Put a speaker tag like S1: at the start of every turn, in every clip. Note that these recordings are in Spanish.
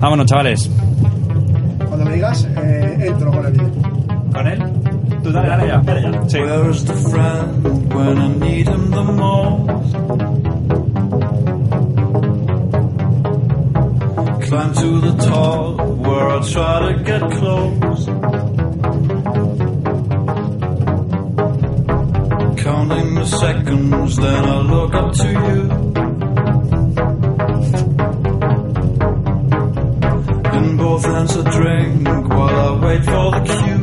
S1: Vámonos, chavales.
S2: Cuando me digas, eh, entro con el vídeo.
S1: ¿Con él? Tú dale, dale ya, dale ya. Sí.
S3: Where's the friend when I need him the most? Climb to the top where I try to get close. Counting the seconds, then I look up to you. In both hands, a drink while I wait for the cue.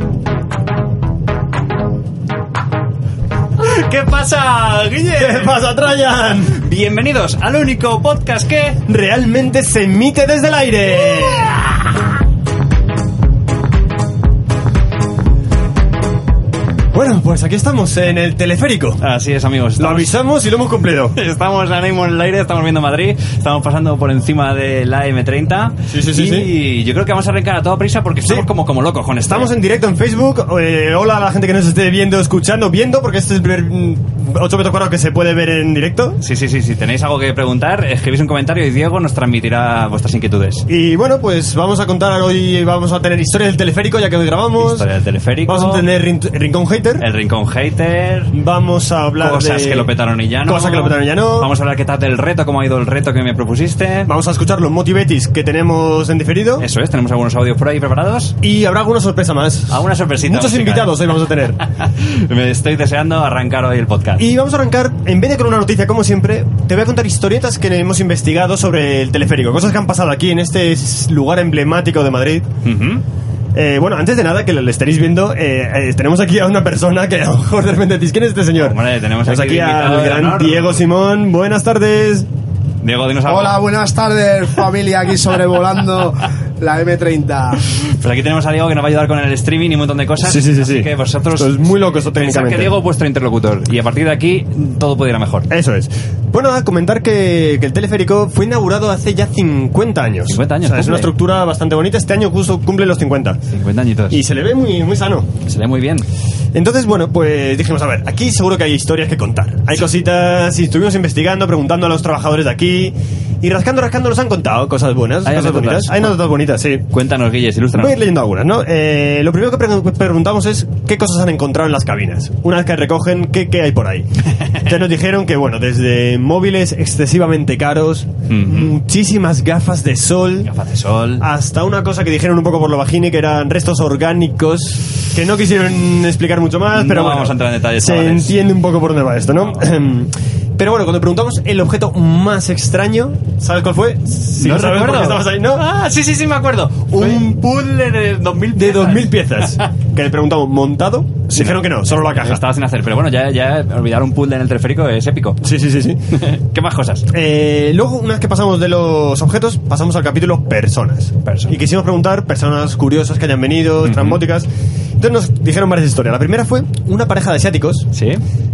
S1: ¿Qué pasa, Guille?
S4: ¿Qué pasa, Trajan?
S1: Bienvenidos al único podcast que...
S4: Realmente se emite desde el aire. Bueno, pues aquí estamos en el teleférico.
S1: Así es, amigos.
S4: Lo
S1: estamos-
S4: avisamos y lo hemos cumplido.
S1: Estamos ahora mismo en el aire, estamos viendo Madrid, estamos pasando por encima de la M30.
S4: Sí, sí, sí,
S1: Y
S4: sí.
S1: yo creo que vamos a arrancar a toda prisa porque estamos como, como locos con esto.
S4: Estamos en directo en Facebook. Eh, hola a la gente que nos esté viendo, escuchando, viendo, porque este es el primer mm, 8 metros cuadrados que se puede ver en directo.
S1: Sí, sí, sí. Si tenéis algo que preguntar, escribís un comentario y Diego nos transmitirá vuestras inquietudes.
S4: Y bueno, pues vamos a contar hoy, vamos a tener historias del teleférico, ya que hoy grabamos.
S1: Historia del teleférico.
S4: Vamos a tener rin- Rincón Hater.
S1: El rincón hater.
S4: Vamos a hablar
S1: Cosas
S4: de-
S1: que lo petaron y ya no.
S4: Cosas que lo petaron y ya no.
S1: Vamos a hablar qué tal del reto, cómo ha ido el reto que me propusiste.
S4: Vamos a escuchar los motivetis que tenemos en diferido.
S1: Eso es, tenemos algunos audios por ahí preparados.
S4: Y habrá alguna sorpresa más.
S1: Alguna sorpresita
S4: Muchos
S1: musical.
S4: invitados hoy vamos a tener.
S1: Me estoy deseando arrancar hoy el podcast.
S4: y vamos a arrancar, en vez de con una noticia como siempre, te voy a contar historietas que hemos investigado sobre el teleférico. Cosas que han pasado aquí en este s- lugar emblemático de Madrid.
S1: Ujú.
S4: Eh, bueno, antes de nada, que lo lo estaréis viendo, eh, eh, tenemos aquí a una persona que a lo mejor de repente dices, ¿quién es este señor?
S1: Hombre, tenemos
S4: Pues
S1: aquí
S4: aquí,
S1: de invitado
S4: al
S1: de
S4: gran
S1: honor.
S4: Diego Simón. Buenas tardes.
S1: Diego, dinos algo.
S2: Hola, buenas tardes, familia, aquí sobrevolando la M30.
S1: Pues aquí tenemos a Diego que nos va a ayudar con el streaming y un montón de cosas.
S4: Sí, sí, sí,
S1: Así
S4: sí.
S1: que vosotros.
S4: Esto es muy loco
S1: pensad
S4: esto
S1: que
S4: técnicamente.
S1: Diego es vuestro interlocutor. Y a partir de aquí todo puede ir a mejor.
S4: Eso es. Bueno, nada, comentar que, que el teleférico fue inaugurado hace ya 50 años.
S1: 50 años,
S4: O sea, es
S1: cumple.
S4: una estructura bastante bonita. Este año justo cumple los 50.
S1: 50 añitos.
S4: Y se le ve muy, muy sano.
S1: Se ve muy bien.
S4: Entonces, bueno, pues dijimos, a ver, aquí seguro que hay historias que contar. Hay cositas, y estuvimos investigando, preguntando a los trabajadores de aquí. Y rascando, rascando nos han contado cosas buenas,
S1: Hay
S4: cosas
S1: anécdotas.
S4: bonitas. Hay notas bonitas, sí.
S1: Cuéntanos, Guilles, ilústranos.
S4: Voy a ir leyendo algunas, ¿no? Eh, lo primero que pre- preguntamos es qué cosas han encontrado en las cabinas. Una vez que recogen, ¿qué, qué hay por ahí? Ya nos dijeron que, bueno, desde móviles excesivamente caros, muchísimas gafas de sol,
S1: Gafas de sol.
S4: hasta una cosa que dijeron un poco por lo bajini, que eran restos orgánicos, que no quisieron explicar mucho más, pero
S1: No
S4: bueno,
S1: vamos a entrar en detalles,
S4: se
S1: chavales.
S4: entiende un poco por dónde va esto, ¿no? Pero bueno, cuando preguntamos el objeto más extraño, ¿sabes cuál fue? Si
S1: No
S4: sabes por
S1: recuerdo.
S4: qué estabas ahí, ¿no?
S1: Ah, sí, sí, sí, me acuerdo. Un puzzle de 2000
S4: de 2000 piezas. que le preguntamos, ¿montado? Dijeron que no, solo la caja.
S1: Estaba sin hacer, pero bueno, ya, ya olvidar un puzzle en el teleférico es épico.
S4: Sí, sí, sí, sí.
S1: ¿Qué más cosas?
S4: Eh, luego, una vez que pasamos de los objetos, pasamos al capítulo personas.
S1: Personas.
S4: Y quisimos preguntar personas curiosas que hayan venido, trambóticas. Entonces nos dijeron varias historias. La primera fue una pareja de asiáticos
S1: Sí.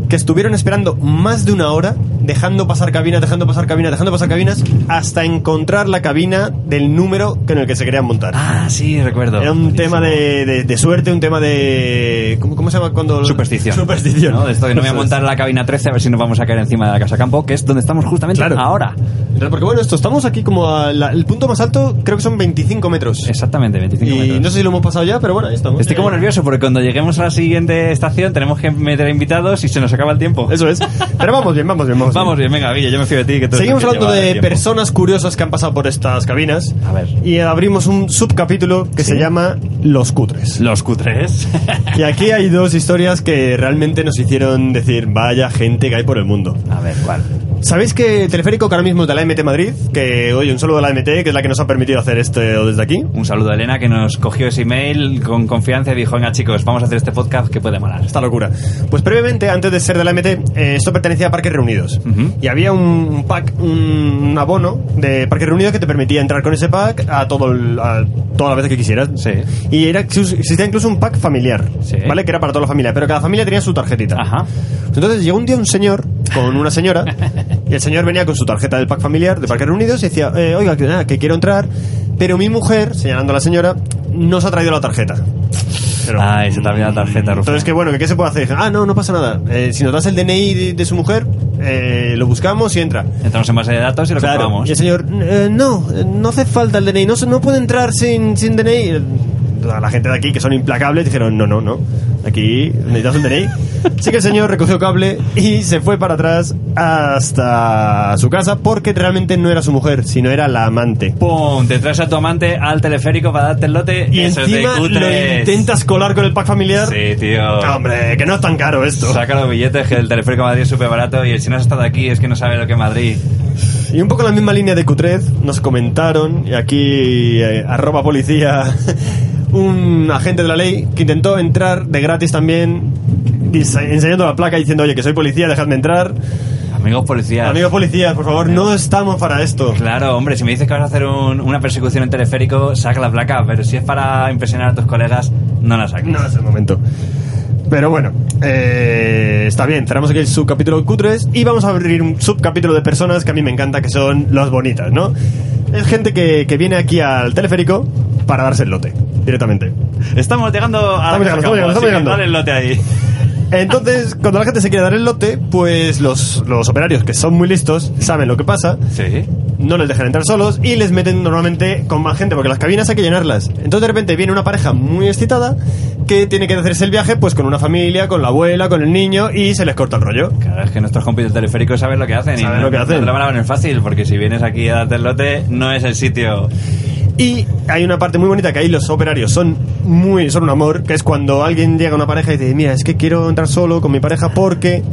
S4: que estuvieron esperando más de una hora, dejando pasar cabinas, dejando pasar cabinas, dejando pasar cabinas, hasta encontrar la cabina del número en el que se querían montar.
S1: Ah, sí, recuerdo.
S4: Era un
S1: Buenísimo.
S4: tema de, de- de suerte, un tema de... ¿Cómo, cómo se llama cuando...?
S1: Superstición.
S4: Superstición.
S1: ¿No? De esto que no voy a
S4: Eso es.
S1: montar en la cabina 13 a ver si nos vamos a caer encima de la casa campo, que es donde estamos justamente
S4: Claro.
S1: ahora.
S4: Claro, Porque bueno, esto, estamos aquí como a la- el punto más alto, creo que son 25 metros.
S1: Exactamente, 25
S4: y
S1: metros.
S4: no sé si lo hemos pasado ya, pero bueno, ahí estamos. Eh,
S1: Estoy como nervioso porque cuando lleguemos a la siguiente estación tenemos que meter invitados y se nos acaba el tiempo.
S4: Eso es. Pero vamos bien, vamos bien, vamos bien.
S1: Vamos bien, venga, Guille, yo me fío de ti. Que tú
S4: Seguimos
S1: eres el que lleva
S4: hablando de
S1: el tiempo.
S4: personas curiosas que han pasado por estas cabinas.
S1: A ver.
S4: Y abrimos un subcapítulo que
S1: Sí.
S4: se llama Los cutres.
S1: Los cutres.
S4: Y aquí hay dos historias que realmente nos hicieron decir, vaya gente que hay por el mundo.
S1: a ver, ¿cuál?
S4: ¿Sabéis que el teleférico que ahora mismo es de la MT Madrid? Que, oye, un saludo a la MT, que es la que nos ha permitido hacer esto desde aquí.
S1: Un saludo a Elena que nos cogió ese email con confianza y dijo, venga chicos, vamos a hacer este podcast que puede molar.
S4: Esta locura. Pues previamente, antes de ser de la MT, eh, esto pertenecía a Parques Reunidos.
S1: Ujú.
S4: Y había un pack, un, un abono de Parques Reunidos que te permitía entrar con ese pack a, todo el- a todas las veces que quisieras.
S1: Sí.
S4: Y era, existía incluso un pack familiar,
S1: Sí.
S4: ¿vale? Que era para toda la familia, pero cada familia tenía su tarjetita.
S1: Ajá.
S4: Entonces llegó un día un señor con una señora y el señor venía con su tarjeta del pack familiar de Parques Reunidos y decía, eh, oiga, que, nada, que quiero entrar, pero mi mujer, señalando a la señora, no se ha traído la tarjeta. Pero-
S1: Ay, se te ha olvidado Ah, la tarjeta, Rufo.
S4: entonces, que bueno, que ¿qué se puede hacer? Dije, ah, no, no pasa nada. Eh, si nos das el DNI de, de su mujer, eh, eh, lo buscamos y entra.
S1: Entramos en base de datos y lo
S4: Claro.
S1: comprobamos.
S4: Y el señor, "Eh, no, eh, no hace falta el DNI, no, se- no puede entrar sin, sin DNI. Toda la gente de aquí, que son implacables, dijeron, no, no, no, aquí necesitas un DNI. Así que el señor recogió cable y se fue para atrás hasta su casa porque realmente no era su mujer, sino era la amante.
S1: ¡Pum! Te traes a tu amante al teleférico para darte el lote.
S4: Y
S1: Eso es de
S4: encima lo
S1: cutres.
S4: intentas colar con el pack familiar.
S1: Sí, tío.
S4: Hombre, que no es tan caro esto.
S1: Saca los billetes, que el teleférico a Madrid es súper barato. Y el si no has estado aquí es que no sabe lo que es Madrid.
S4: Y un poco en la misma línea de Cutrez, nos comentaron, y aquí eh, arroba policía, un agente de la ley que intentó entrar de gratis también, dise- enseñando la placa y diciendo, oye, que soy policía, dejadme entrar.
S1: Amigos policías.
S4: Amigos policías, por favor, no estamos para esto.
S1: Claro, hombre, si me dices que vas a hacer un- una persecución en teleférico, saca la placa. Pero si es para impresionar a tus colegas, no la saques.
S4: No es el momento. Pero bueno, eh, está bien, cerramos aquí el subcapítulo de Cutres y vamos a abrir un subcapítulo de personas que a mí me encanta, que son las bonitas, ¿no? Es gente que, que viene aquí al teleférico para darse el lote, directamente.
S1: Estamos llegando a la
S4: Estamos llegando,
S1: Casa
S4: estamos
S1: Campo,
S4: llegando,
S1: así que dale el lote ahí.
S4: Entonces, cuando la gente se quiere dar el lote, pues los, los operarios, que son muy listos, saben lo que pasa,
S1: Sí.
S4: no les dejan entrar solos y les meten normalmente con más gente, porque las cabinas hay que llenarlas. Entonces, de repente viene una pareja muy excitada que tiene que hacerse el viaje pues con una familia, con la abuela, con el niño y se les corta el rollo.
S1: Claro, es que nuestros compis del teleférico saben lo que hacen.
S4: Saben
S1: y no-
S4: lo que hacen.
S1: No te la van a poner fácil, porque si vienes aquí a darte el lote, no es el sitio.
S4: Y hay una parte muy bonita que ahí los operarios son muy son un amor, que es cuando alguien llega a una pareja y dice, "Mira, es que quiero entrar solo con mi pareja porque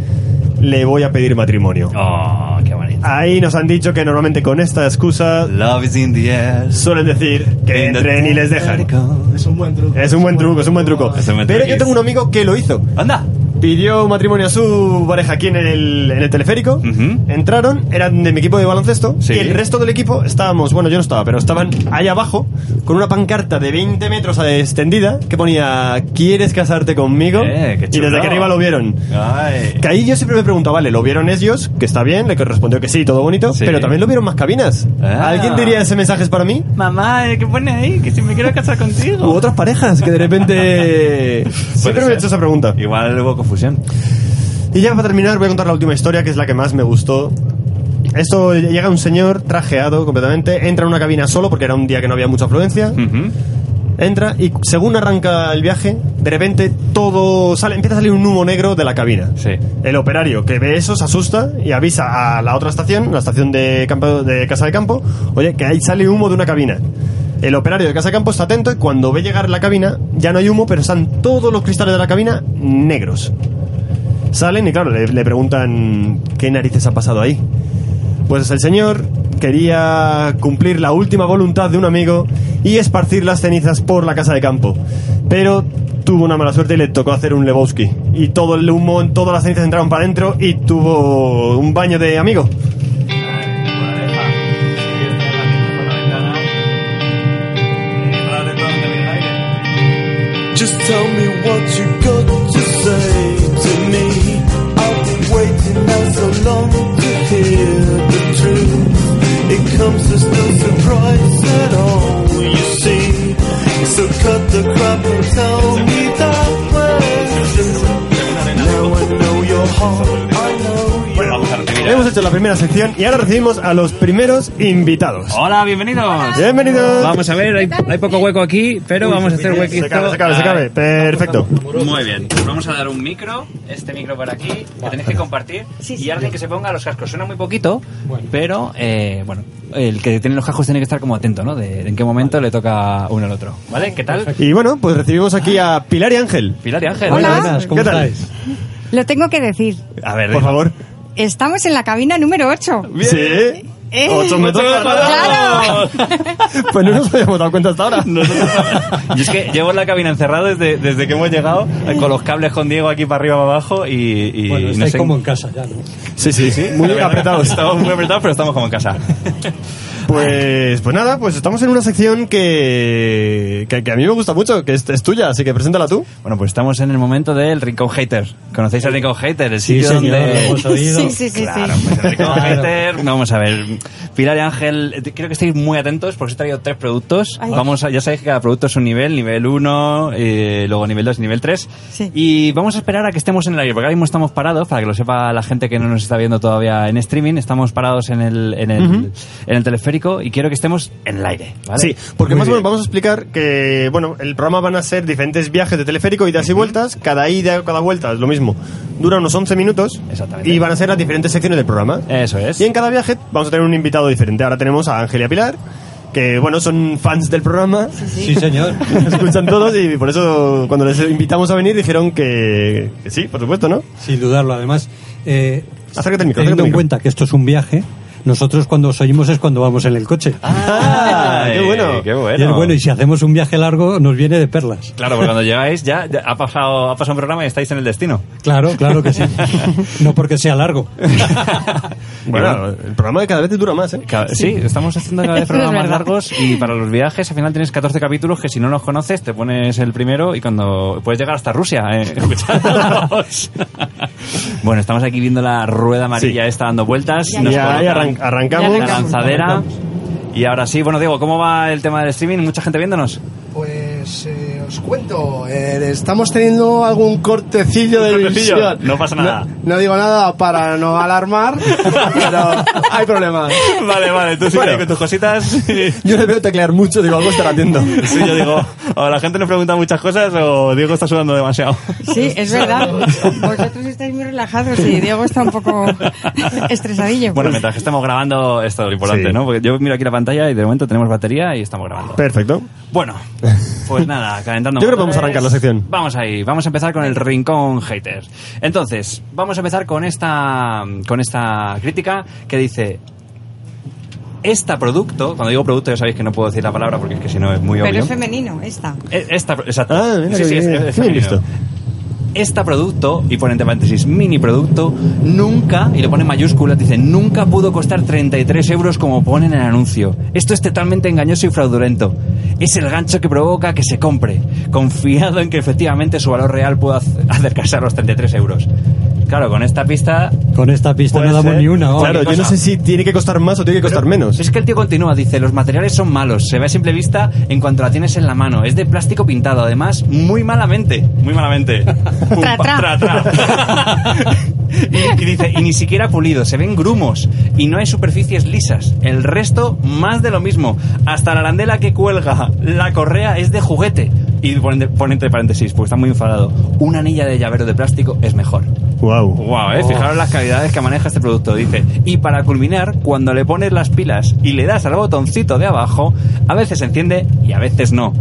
S4: le voy a pedir matrimonio."
S1: Oh, qué bonito.
S4: Ahí nos han dicho que normalmente con esta excusa
S1: Love is in the air.
S4: suelen decir que
S1: In the Eh,
S4: entren y les dejan.
S1: teleférico.
S2: Es un buen truco.
S4: Es un buen truco, es un buen truco.
S1: Es un buen
S4: Pero
S1: truquis.
S4: yo tengo un amigo que lo hizo.
S1: Anda.
S4: Pidió matrimonio a su pareja aquí en el, en el teleférico.
S1: Ujú.
S4: Entraron, eran de mi equipo de baloncesto.
S1: Sí.
S4: Y el resto del equipo estábamos, bueno, yo no estaba, pero estaban ahí abajo con una pancarta de 20 metros extendida que ponía: ¿Quieres casarte conmigo?
S1: Eh, qué
S4: y
S1: chulo.
S4: desde aquí arriba lo vieron.
S1: Ay.
S4: Que ahí yo siempre me preguntaba, vale, lo vieron ellos, que está bien, le respondió que sí, todo bonito,
S1: Sí.
S4: pero también lo vieron más cabinas.
S1: Ah.
S4: ¿Alguien diría ese mensaje es para mí?
S1: Mamá, eh, ¿qué pone ahí? Que si me quiero casar
S4: U
S1: contigo.
S4: otras parejas que de repente...
S1: Puede
S4: Siempre me
S1: ser.
S4: he hecho esa pregunta.
S1: Igual hubo confusión.
S4: Y ya para terminar voy a contar la última historia, que es la que más me gustó. Esto llega un señor trajeado completamente, entra en una cabina solo porque era un día que no había mucha afluencia,
S1: Ujú.
S4: entra y según arranca el viaje, de repente todo sale, empieza a salir un humo negro de la cabina.
S1: Sí.
S4: El operario que ve eso se asusta y avisa a la otra estación, la estación de, campo, de Casa de Campo, oye, que ahí sale humo de una cabina. El operario de Casa de Campo está atento y cuando ve llegar la cabina, ya no hay humo, pero están todos los cristales de la cabina negros. Salen y claro, le, le preguntan qué narices ha pasado ahí. Pues el señor quería cumplir la última voluntad de un amigo y esparcir las cenizas por la casa de campo. Pero tuvo una mala suerte y le tocó hacer un Lebowski. Y todo el humo, todas las cenizas entraron para adentro y tuvo un baño de amigo.
S3: Just tell me what you got to say to me. I've been waiting now so long to hear the truth. It comes as no surprise at all, you see. So cut the crap and tell me that question. Now I know your heart, I know your
S1: Bueno, vamos a recibir.
S4: Hemos hecho la primera sección y ahora recibimos a los primeros invitados.
S1: Hola, bienvenidos.
S4: Bienvenidos.
S1: Vamos a ver, hay, hay poco hueco aquí, pero vamos a hacer huequito.
S4: Se cabe, se cabe, se cabe. Perfecto.
S1: Muy bien, Pues vamos a dar un micro, este micro por aquí, que tenéis que compartir, y alguien que se ponga los cascos. Suena muy poquito, pero eh, bueno, el que tiene los cascos tiene que estar como atento, ¿no? De, de en qué momento le toca uno al otro. ¿Vale? ¿Qué tal?
S4: Y bueno, pues recibimos aquí a Pilar y Ángel.
S1: Pilar y Ángel.
S5: Hola.
S4: Buenas, ¿cómo ¿Qué tal? estáis?
S5: Lo tengo que decir.
S1: A ver,
S4: Por
S1: dilo.
S4: favor.
S5: Estamos en la cabina número 8.
S4: Sí.
S5: Eh.
S4: Ocho metros cuadrados. Pues no nos habíamos dado cuenta hasta ahora.
S1: Yo es que llevo en la cabina encerrado desde, desde que hemos llegado, eh, con los cables con Diego aquí para arriba, para abajo, y, y
S6: Bueno,
S1: no
S6: estáis
S1: sé-
S6: como en casa ya, ¿no?
S4: Sí, sí, sí. Muy
S1: La verdad,
S4: apretados.
S1: Estamos muy apretados, pero estamos como en casa.
S4: Pues, pues nada, pues estamos en una sección que, que, que a mí me gusta mucho, que es, es tuya, así que preséntala tú.
S1: Bueno, pues estamos en el momento del Rincón Hater. ¿Conocéis al Rincón Hater? El sitio donde...
S5: Sí, sí, sí. sí.
S1: Claro, pues el Rincón Hater. No, vamos a ver. Pilar y Ángel, eh, creo que estáis muy atentos porque os he traído tres productos.
S5: Ay.
S1: Vamos a- ya sabéis que cada producto es un nivel, nivel 1, luego nivel 2 y nivel 3.
S5: Sí.
S1: Y vamos a esperar a que estemos en el aire, porque ahora mismo estamos parados, para que lo sepa la gente que no nos está viendo todavía en streaming, estamos parados en el, en el, en el teleférico y quiero que estemos en el aire. ¿vale?
S4: Sí, porque
S2: Muy
S4: más o menos
S2: bien.
S4: vamos a explicar que, bueno, el programa van a ser diferentes viajes de teleférico, idas y vueltas, cada ida o cada vuelta es lo mismo. Dura unos 11 minutos
S1: Exactamente.
S4: y van a ser las diferentes secciones del programa.
S1: Eso es.
S4: Y en cada viaje vamos a tener un invitado diferente. Ahora tenemos a Ángel y a Pilar, que, bueno, son fans del programa.
S6: Sí, señor.
S4: Nos escuchan todos y por eso cuando les invitamos a venir dijeron que, que sí, por supuesto, ¿no?
S6: Sin dudarlo, además. Eh,
S4: Acércate al micro, acércate al
S6: Teniendo en
S4: micro.
S6: cuenta que esto es un viaje, nosotros cuando os oímos es cuando vamos en el coche.
S1: Ah,
S4: qué bueno.
S1: ¡Qué bueno!
S6: Y es bueno, y si hacemos un viaje largo, nos viene de perlas.
S1: Claro, porque cuando llegáis ya, ya ha, pasado, ha pasado un programa y estáis en el destino.
S6: Claro, claro que sí. No porque sea largo.
S4: Bueno, el programa cada vez dura más, ¿eh?
S1: Ca- Sí, estamos haciendo cada vez
S5: Eso
S1: programas
S5: es
S1: más
S5: verdad.
S1: largos y para los viajes al final tienes 14 capítulos que si no los conoces te pones el primero y cuando puedes llegar hasta Rusia eh, escuchándolos. bueno, estamos aquí viendo la rueda amarilla
S4: Sí.
S1: esta dando vueltas.
S5: Ya,
S1: Nos
S4: ya,
S1: colocan
S4: ya arran- arrancamos.
S1: La lanzadera. Y ahora sí, bueno Diego, ¿cómo va el tema del streaming? ¿Mucha gente viéndonos?
S2: Pues eh, os cuento, eh, estamos teniendo algún cortecillo de
S1: Un cortecillo,
S2: visión.
S1: no pasa nada.
S2: No, no digo nada para no alarmar, pero hay problemas.
S1: Vale, vale, tú sigue
S4: Bueno.
S1: ahí con tus cositas.
S4: Yo les veo teclear mucho, digo, algo estará haciendo.
S1: Sí, yo digo, o la gente nos pregunta muchas cosas o Diego está sudando demasiado.
S5: Sí, es verdad. Vosotros estáis muy relajados y Diego está un poco estresadillo.
S1: Bueno, mientras que estamos grabando, esto es lo importante,
S4: Sí.
S1: ¿no? Porque yo miro aquí la pantalla y de momento tenemos batería y estamos grabando.
S4: Perfecto.
S1: Bueno, pues nada, calentando.
S4: Yo creo que
S1: motores.
S4: vamos a arrancar la sección.
S1: Vamos ahí, vamos a empezar con el rincón hater. Entonces, vamos a empezar con esta, con esta crítica que dice. Esta producto, cuando digo producto ya sabéis que no puedo decir la palabra porque es que si no es muy
S5: Pero
S1: obvio.
S5: es femenino, esta.
S1: E- Esta, exacto.
S4: Ah, mira
S1: Sí,
S4: que
S1: sí, es- es
S4: bien. Qué bien
S1: femenino.
S4: visto.
S1: Esta producto, y pone entre paréntesis mini producto, nunca, y lo pone en mayúsculas, dice, nunca pudo costar 33 euros como pone en el anuncio. Esto es totalmente engañoso y fraudulento. Es el gancho que provoca que se compre, confiado en que efectivamente su valor real pueda ac- acercarse a los 33 euros. Claro, con esta pista...
S6: Con esta pista
S4: Puede
S6: no damos
S4: ser.
S6: ni una. oh.
S4: Claro, yo no
S1: cosa.
S4: sé si tiene que costar más o tiene que costar menos.
S1: Es que el tío continúa, dice, los materiales son malos, se ve a simple vista en cuanto la tienes en la mano, es de plástico pintado, además, muy malamente, muy malamente. Pum,
S5: Tra,
S1: pa,
S5: tra.
S1: tra. y, y dice, y ni siquiera pulido, se ven grumos y no hay superficies lisas, el resto más de lo mismo, hasta la arandela que cuelga la correa es de juguete. Y pone, pone entre paréntesis, porque está muy enfadado, una anilla de llavero de plástico es mejor.
S4: Wow.
S1: Wow, eh, fijaros las calidades que maneja este producto, dice. Y para culminar, cuando le pones las pilas y le das al botoncito de abajo, a veces se enciende y a veces no.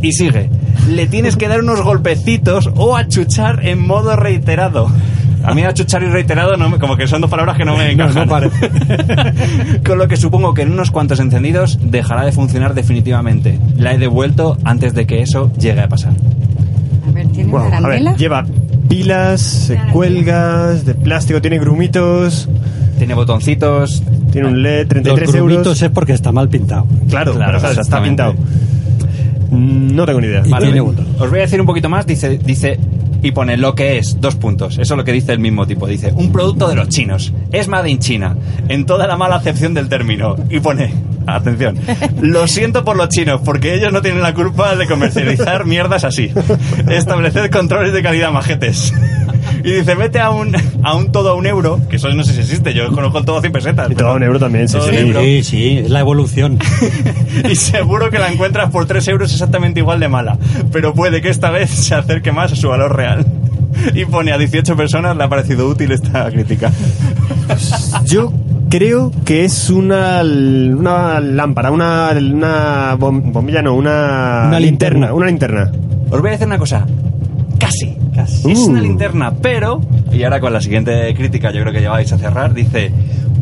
S1: Y sigue. Le tienes que dar unos golpecitos o achuchar en modo reiterado. A mí achuchar y reiterado no me- como que son dos palabras que no me
S6: No,
S1: encajan.
S6: no parece.
S1: Con lo que supongo que en unos cuantos encendidos dejará de funcionar definitivamente. La he devuelto antes de que eso llegue a pasar.
S5: A ver, ¿tiene
S4: Wow.
S5: una
S4: A ver,
S5: arandela?
S4: lleva pilas, se
S5: Arandela.
S4: cuelgas, de plástico, tiene grumitos,
S1: Tiene botoncitos.
S4: tiene un LED,
S6: Los
S4: 33
S6: grumitos
S4: euros.
S6: es porque está mal pintado.
S4: Claro,
S1: Claro,
S4: o sea, está
S1: exactamente.
S4: pintado. Mm, No tengo ni idea.
S6: Y tiene
S1: bien.
S6: botón.
S1: Os voy a decir un poquito más. Dice, dice y pone lo que es, dos puntos. Eso es lo que dice el mismo tipo. Dice, un producto de los chinos. Es made in China. En toda la mala acepción del término. Y pone, atención, lo siento por los chinos, porque ellos no tienen la culpa de comercializar mierdas así. Estableced controles de calidad, majetes. Y dice, vete a un, a un todo a un euro, que eso no sé si existe, yo conozco el todo a 100 pesetas.
S4: Y todo a un euro también, sí,
S1: Todo a un
S4: sí.
S1: euro.
S6: Sí, sí, es la evolución.
S1: Y seguro que la encuentras por 3 euros exactamente igual de mala. Pero puede que esta vez se acerque más a su valor real. Y pone a 18 personas, le ha parecido útil esta crítica.
S4: Yo creo que es una, l- una lámpara, una, una bom- bombilla, no, una,
S6: Una linterna.
S4: Una linterna.
S1: Os voy a decir una cosa. Casi.
S6: Casi.
S1: Es una
S4: Uh.
S1: linterna, pero... Y ahora con la siguiente crítica, yo creo que ya vais a cerrar. Dice...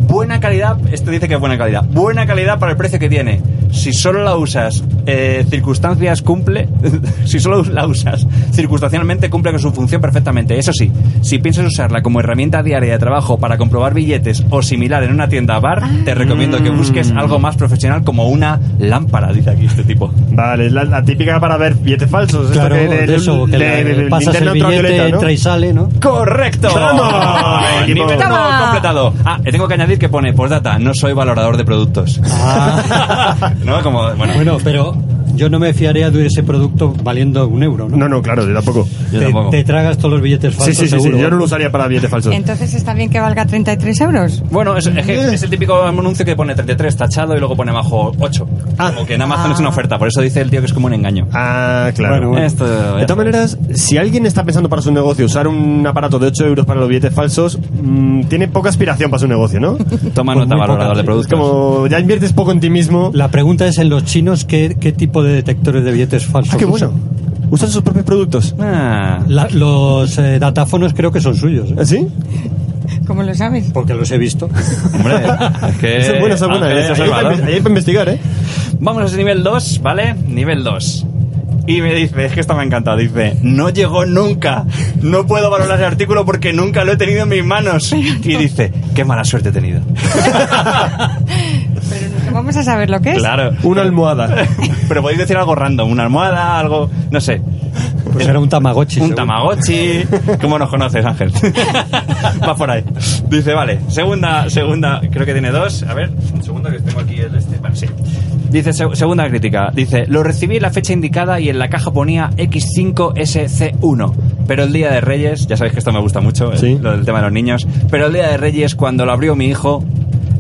S1: Buena calidad, este dice que es buena calidad. Buena calidad para el precio que tiene. Si solo la usas eh, circunstancias cumple, si solo la usas circunstancialmente, cumple con su función perfectamente. Eso sí, si piensas usarla como herramienta diaria de trabajo para comprobar billetes o similar en una tienda bar, te recomiendo que
S4: Ah.
S1: busques algo más profesional como una lámpara, dice aquí este tipo.
S4: Vale, es la, la típica para ver billetes falsos. esto
S6: Claro,
S4: que de-
S6: de eso, que
S4: de-
S6: le-
S4: de- de-
S6: pasas el
S4: linterna
S6: billete,
S4: ultravioleta, ¿no?
S6: entra y sale, ¿no?
S1: ¡Correcto!
S4: ¡Vamos!
S1: Nivel uno
S5: Toma.
S1: completado. Ah, eh, tengo que añadir que pone, postdata, no soy valorador de productos. no, como, bueno,
S6: Ah. Bueno, pero yo no me fiaría de ese producto valiendo un euro, ¿no?
S4: No, no, claro, yo tampoco.
S1: yo
S6: Te,
S1: tampoco.
S6: te tragas todos los billetes
S4: Sí,
S6: falsos,
S4: sí, sí, sí,
S6: seguro.
S4: yo no lo usaría para billetes falsos.
S5: Entonces está bien que valga 33 euros.
S1: Bueno, es, es que es el típico anuncio que pone 33 tachado y luego pone abajo 8.
S6: Ah.
S1: Como que en Amazon es una oferta, por eso dice el tío que es como un engaño.
S4: Ah, claro.
S6: Bueno,
S1: bueno. Esto-
S4: de todas maneras, si alguien está pensando para su negocio usar un aparato de 8 euros para los billetes falsos, mm, tiene poca aspiración para su negocio, ¿no?
S1: Toma nota,
S6: muy
S1: valorador
S6: poca-
S1: de
S4: Es
S1: productos.
S4: como ya inviertes poco en ti mismo.
S6: La pregunta es en los chinos qué, qué tipo de detectores de billetes falsos.
S4: Ah, qué
S6: usan?
S4: bueno. Usan sus propios productos.
S1: Ah,
S6: La- los eh, datáfonos creo que son suyos, ¿eh?
S4: ¿Ah, ¿Sí?
S5: ¿Cómo lo sabes?
S6: porque los he visto.
S1: hombre, es que...
S4: Eso es bueno, eso es bueno.
S1: Ángel
S4: Ahí
S1: es
S4: ahí
S1: observador.
S4: para ahí para investigar, ¿eh?
S1: Vamos a ese nivel 2, ¿vale? Nivel 2. Y me dice, es que esto me ha encantado, dice, no llegó nunca, no puedo valorar el artículo porque nunca lo he tenido en mis manos. Y dice, qué mala suerte he tenido.
S5: Pero no vamos a saber lo que es.
S1: Claro.
S4: Una almohada.
S1: Pero podéis decir algo random, una almohada, algo, no sé,
S6: Pues era un Tamagotchi.
S1: un
S6: seguro.
S1: tamagotchi. ¿Cómo nos conoces, Ángel? Va por ahí. Dice, vale, segunda, segunda, creo que tiene dos. A ver, un segundo que tengo aquí el este. Vale, sí. Dice, se- segunda crítica. Dice, lo recibí en la fecha indicada y en la caja ponía X5SC1. Pero el día de Reyes, ya sabéis que esto me gusta mucho, eh,
S4: Sí.
S1: lo del tema de los niños. Pero el día de Reyes, cuando lo abrió mi hijo,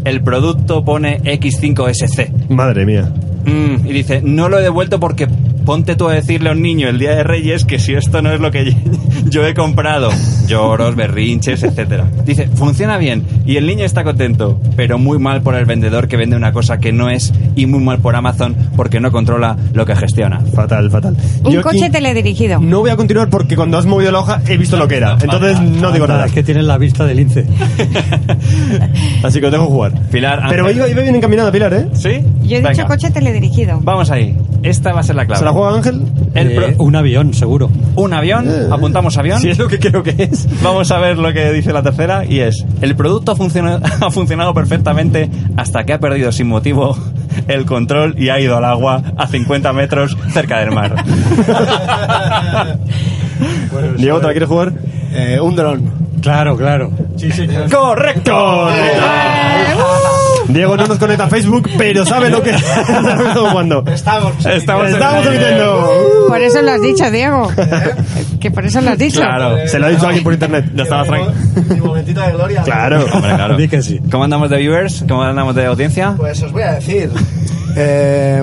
S1: el producto pone X5SC.
S4: Madre mía.
S1: Mm, y dice, no lo he devuelto porque ponte tú a decirle a un niño el día de Reyes que si esto no es lo que yo he comprado, lloros, berrinches, etcétera. Dice, funciona bien y el niño está contento, pero muy mal por el vendedor que vende una cosa que no es y muy mal por Amazon porque no controla lo que gestiona.
S4: Fatal, fatal.
S5: Un
S4: Yo aquí
S5: coche teledirigido.
S4: No voy a continuar porque cuando has movido la hoja he visto lo que era. Entonces no digo
S6: Ah, Anda,
S4: nada.
S6: Es que tienen la vista del lince.
S4: Así que os dejo jugar.
S1: Pilar,
S4: Pero
S1: Ángel.
S4: iba, iba bien encaminada, Pilar, ¿eh?
S1: ¿Sí?
S5: Yo he
S1: Venga,
S5: dicho coche teledirigido.
S1: Vamos ahí. Esta va a ser la clave.
S4: ¿Se la juega Ángel? Eh.
S1: El
S6: Eh,
S1: pro-
S6: un avión, seguro.
S1: un avión, apuntamos avión.
S4: Si es lo que creo que es.
S1: Vamos a ver lo que dice la tercera y es, el producto ha funcionado, ha funcionado perfectamente hasta que ha perdido sin motivo el control y ha ido al agua a 50 metros cerca del mar.
S4: Diego, ¿te la quieres jugar?
S2: Eh, un dron.
S6: Claro, claro.
S1: ¡Correcto!
S4: Diego no nos conecta a Facebook, pero sabe lo que sabe lo que jugando.
S2: Estamos.
S1: Estamos, en
S4: Estamos
S1: el aire.
S4: emitiendo.
S5: Por eso lo has dicho, Diego. Que por eso lo has dicho.
S1: Claro,
S4: Se lo ha dicho alguien por internet.
S1: ya estaba Frank.
S2: Mi momentito de gloria.
S4: Claro.
S1: Hombre, claro.
S6: Di que sí.
S1: ¿Cómo andamos de viewers? ¿Cómo andamos de audiencia?
S2: Pues os voy a decir. Eh,